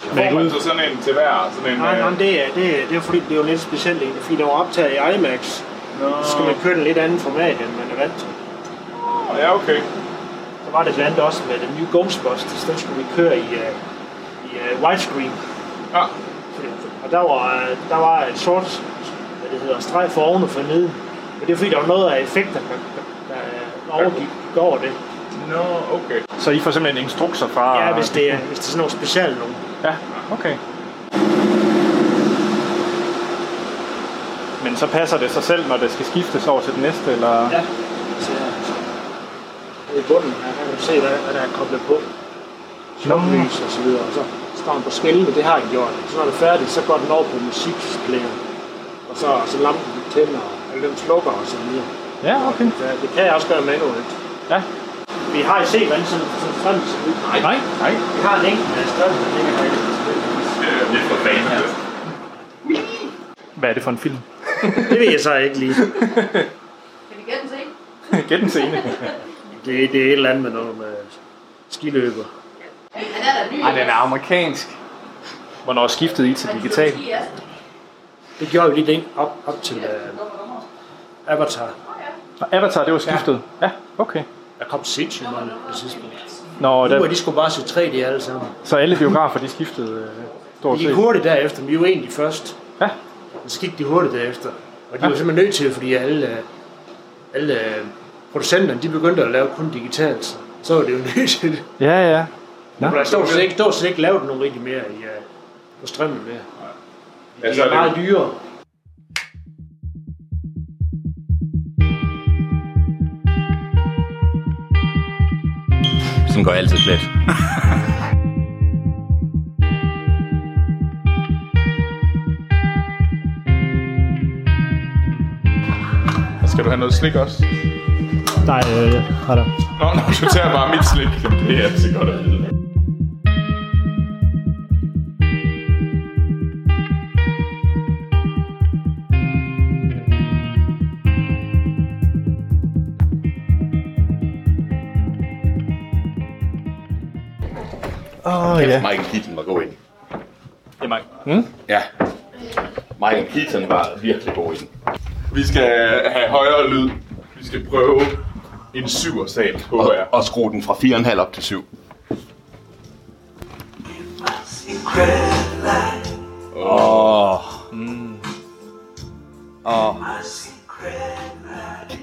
E: Får man så sådan en til hver? Sådan en,
N: Nej,
E: øh,
N: nej, det er, det, er, det er fordi, det er jo lidt specielt egentlig, fordi det var optaget i IMAX.
E: Nå.
N: Så skal man køre den lidt anden format, end man er vant til.
E: Ja, okay.
N: Så var det blandt andet også med den nye Ghostbusters, den skulle vi køre i, uh, i uh, widescreen.
E: Ja.
N: Og der var, øh, der var et sort, hvad det hedder, streg for oven og for neden. Men det er fordi, der var noget af effekten, der, der, der overgik gik over det.
E: Nå, okay.
A: Så I får simpelthen instrukser fra...
N: Ja, hvis det er, hvis det er sådan nogle specielle nogen.
A: Ja, okay. Men så passer det sig selv, når det skal skiftes over til det næste, eller...
N: Ja. Så, I bunden her, der kan du se, hvad, hvad der er koblet på. Shoplys og så videre. Og så står den på skældene, det har jeg gjort. Så når det er færdigt, så går den over på musiksplayeren. Og så, så lampen den tænder, og alle dem slukker og så videre.
A: Ja, okay.
N: Det, det kan jeg også gøre manuelt.
A: Ja.
N: Vi har I set, hvordan sådan sådan frem ser ud. Nej.
A: Nej.
Q: Nej.
N: Vi har en enkelt af større, der ligger herinde.
E: Lidt for fan her.
A: Hvad er det for en film?
N: Det ved jeg så ikke lige.
F: Kan vi gætte se?
A: Gæt den scene.
N: Det, det er et eller andet med noget med skiløber.
F: Han er da ny.
A: amerikansk. Hvornår skiftede I til digital?
N: Det gjorde vi lige den op, op til uh, Avatar.
A: Nå, Avatar, det var skiftet. Ja, ja okay.
N: Der kom sindssygt mange på tidspunkt.
A: Nå,
N: Nu er de
A: der,
N: skulle bare se 3D alle sammen.
A: så alle biografer, de skiftede øh,
N: De
A: stort
N: gik
A: set.
N: hurtigt derefter, men vi var egentlig først.
A: Ja.
N: Men så gik de hurtigt derefter. Og de
A: Ja.
N: var simpelthen nødt til, fordi alle, øh, alle øh, producenterne, de begyndte at lave kun digitalt. Så, så var det jo [LAUGHS] nødt til det.
A: Ja, ja. Nå.
N: Der stod slet ikke, der var slet ikke lavet nogen rigtig mere i, øh, på strømmen mere.
E: Ja,
N: De
E: så
N: er
E: er
N: meget
E: det,
N: dyrere.
Q: Sådan går jeg altid klædt.
E: Skal du have noget slik også?
A: Nej, øh, ja. Har der.
E: Nå, nå, du tager bare mit slik. Jamen, Det er altid godt at vide.
A: Åh, oh,
Q: Kæft,
A: ja.
Q: Michael Keaton var god i den.
A: Det er mig. Mm?
Q: Ja. Michael Keaton var virkelig god i den.
E: Vi skal have højere lyd. Vi skal prøve en syversal, håber
Q: Og,
E: jeg.
Q: og skrue den fra 4,5 op til 7.
H: Red light,
R: Åh.
A: Mm.
R: Åh.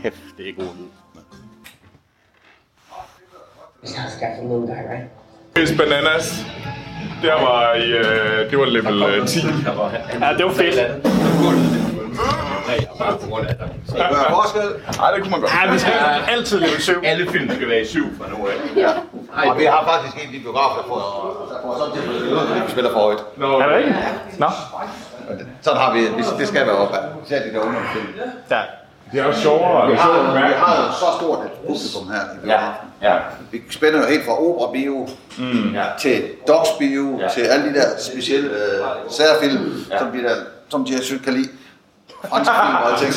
R: Kæft, det er god lyd.
E: It's not got the little guy, right? Chris Bananas. Der var i, øh, det var level øh, 10. Ja, det var fedt.
N: Så det gør forskel.
E: Nej, det kunne man godt.
N: Ja, vi skal
A: altid leve i syv.
N: Alle film skal være i syv fra nu af.
E: Ja.
N: Og vi har faktisk en af de biografer, der får, der får samtidig noget, vi spiller for højt.
A: Nå. Er det ikke? Nå.
N: Sådan har vi, vi- det skal være op. Især de der ungdomsfilm.
A: Ja.
N: Det
E: er også sjovere,
N: Vi
E: det er sjovere
N: har,
E: at
N: vi
E: mærke.
N: har jo så stort et publikum her i biografen. Ja. Vi spænder jo helt fra operabio mm. til dogsbio, ja. til alle de der specielle øh, særfilm, ja. som, vi der, som de her synes kan lide. Fransk film og [LAUGHS] alting.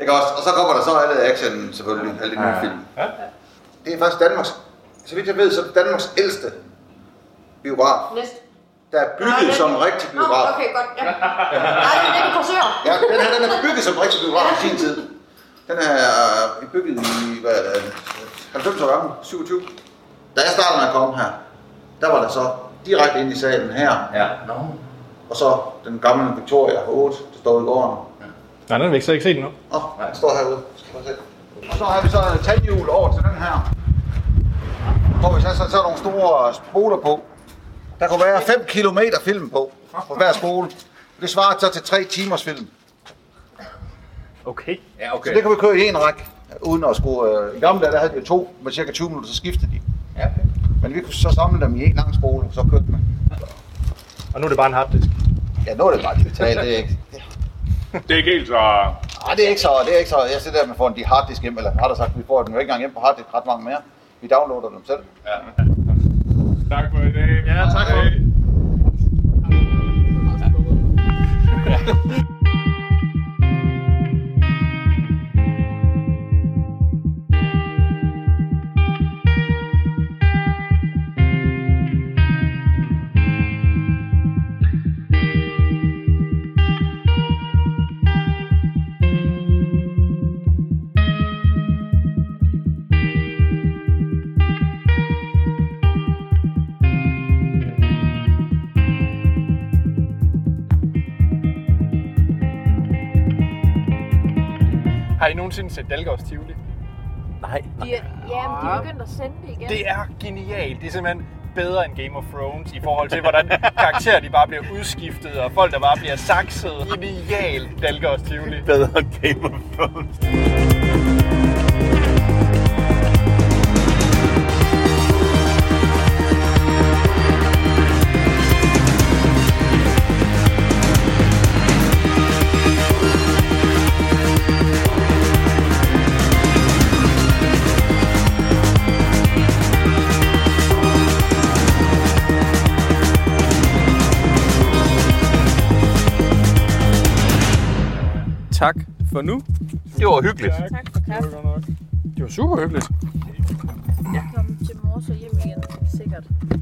N: Ikke også? Og så kommer der så alle action selvfølgelig, alle de nye film. Ja. Det er faktisk Danmarks, så vidt jeg ved, så er det Danmarks ældste biograf,
S: Næste.
N: der er bygget som en rigtig
S: Nå,
N: biograf.
S: okay, godt. Ja. Nej, det er den korsør.
N: Ja, den her den er bygget som rigtig biograf i sin tid. Den er øh, bygget i hvad er det, 90 år gammel, 27. Da jeg startede med at komme her, der var der så direkte ind i salen her. Ja. No. Og så den gamle Victoria 8, der står ude i gården.
A: Nej, den har vi ikke, så ikke set endnu.
N: Åh, oh, den står herude. Skal vi se. Og så har vi så et tandhjul over til den her. Hvor vi så så, så nogle store spoler på. Der kunne være 5 km film på, på hver spole. Det svarer så til 3 timers film.
A: Okay.
N: Ja, okay. Så det kan vi køre i en række, uden at skulle... Øh, I gamle dage, der havde vi jo to, med cirka 20 minutter, så skiftede de. Ja, okay. Men vi kunne så samle dem i en lang spole, og så kørte man.
A: Og nu er det bare en harddisk.
N: Ja, nu er det bare digitalt, det er ikke...
E: Det er ikke helt så...
N: Nej, det er ikke så, det er ikke så. Jeg sidder der, man får en de harddisk hjem, eller rettere sagt, vi får den jo ikke engang hjem på harddisk ret mange mere. Vi downloader dem selv. Ja.
E: Tak for i dag. Ja, tak for det.
B: Har I nogensinde set Dalgaards Tivoli?
R: Nej.
F: De er, ja, men de er begyndt at sende det igen.
B: Det er genialt. Det er simpelthen bedre end Game of Thrones i forhold til, hvordan karakterer de bare bliver udskiftet, og folk der bare bliver sakset. Genialt Dalgaards Tivoli.
R: Bedre end Game of Thrones.
D: Tak for nu.
R: Det var hyggeligt.
F: Tak for kaffen.
D: Det var super hyggeligt.
F: Jeg kom til mors og hjem igen, sikkert.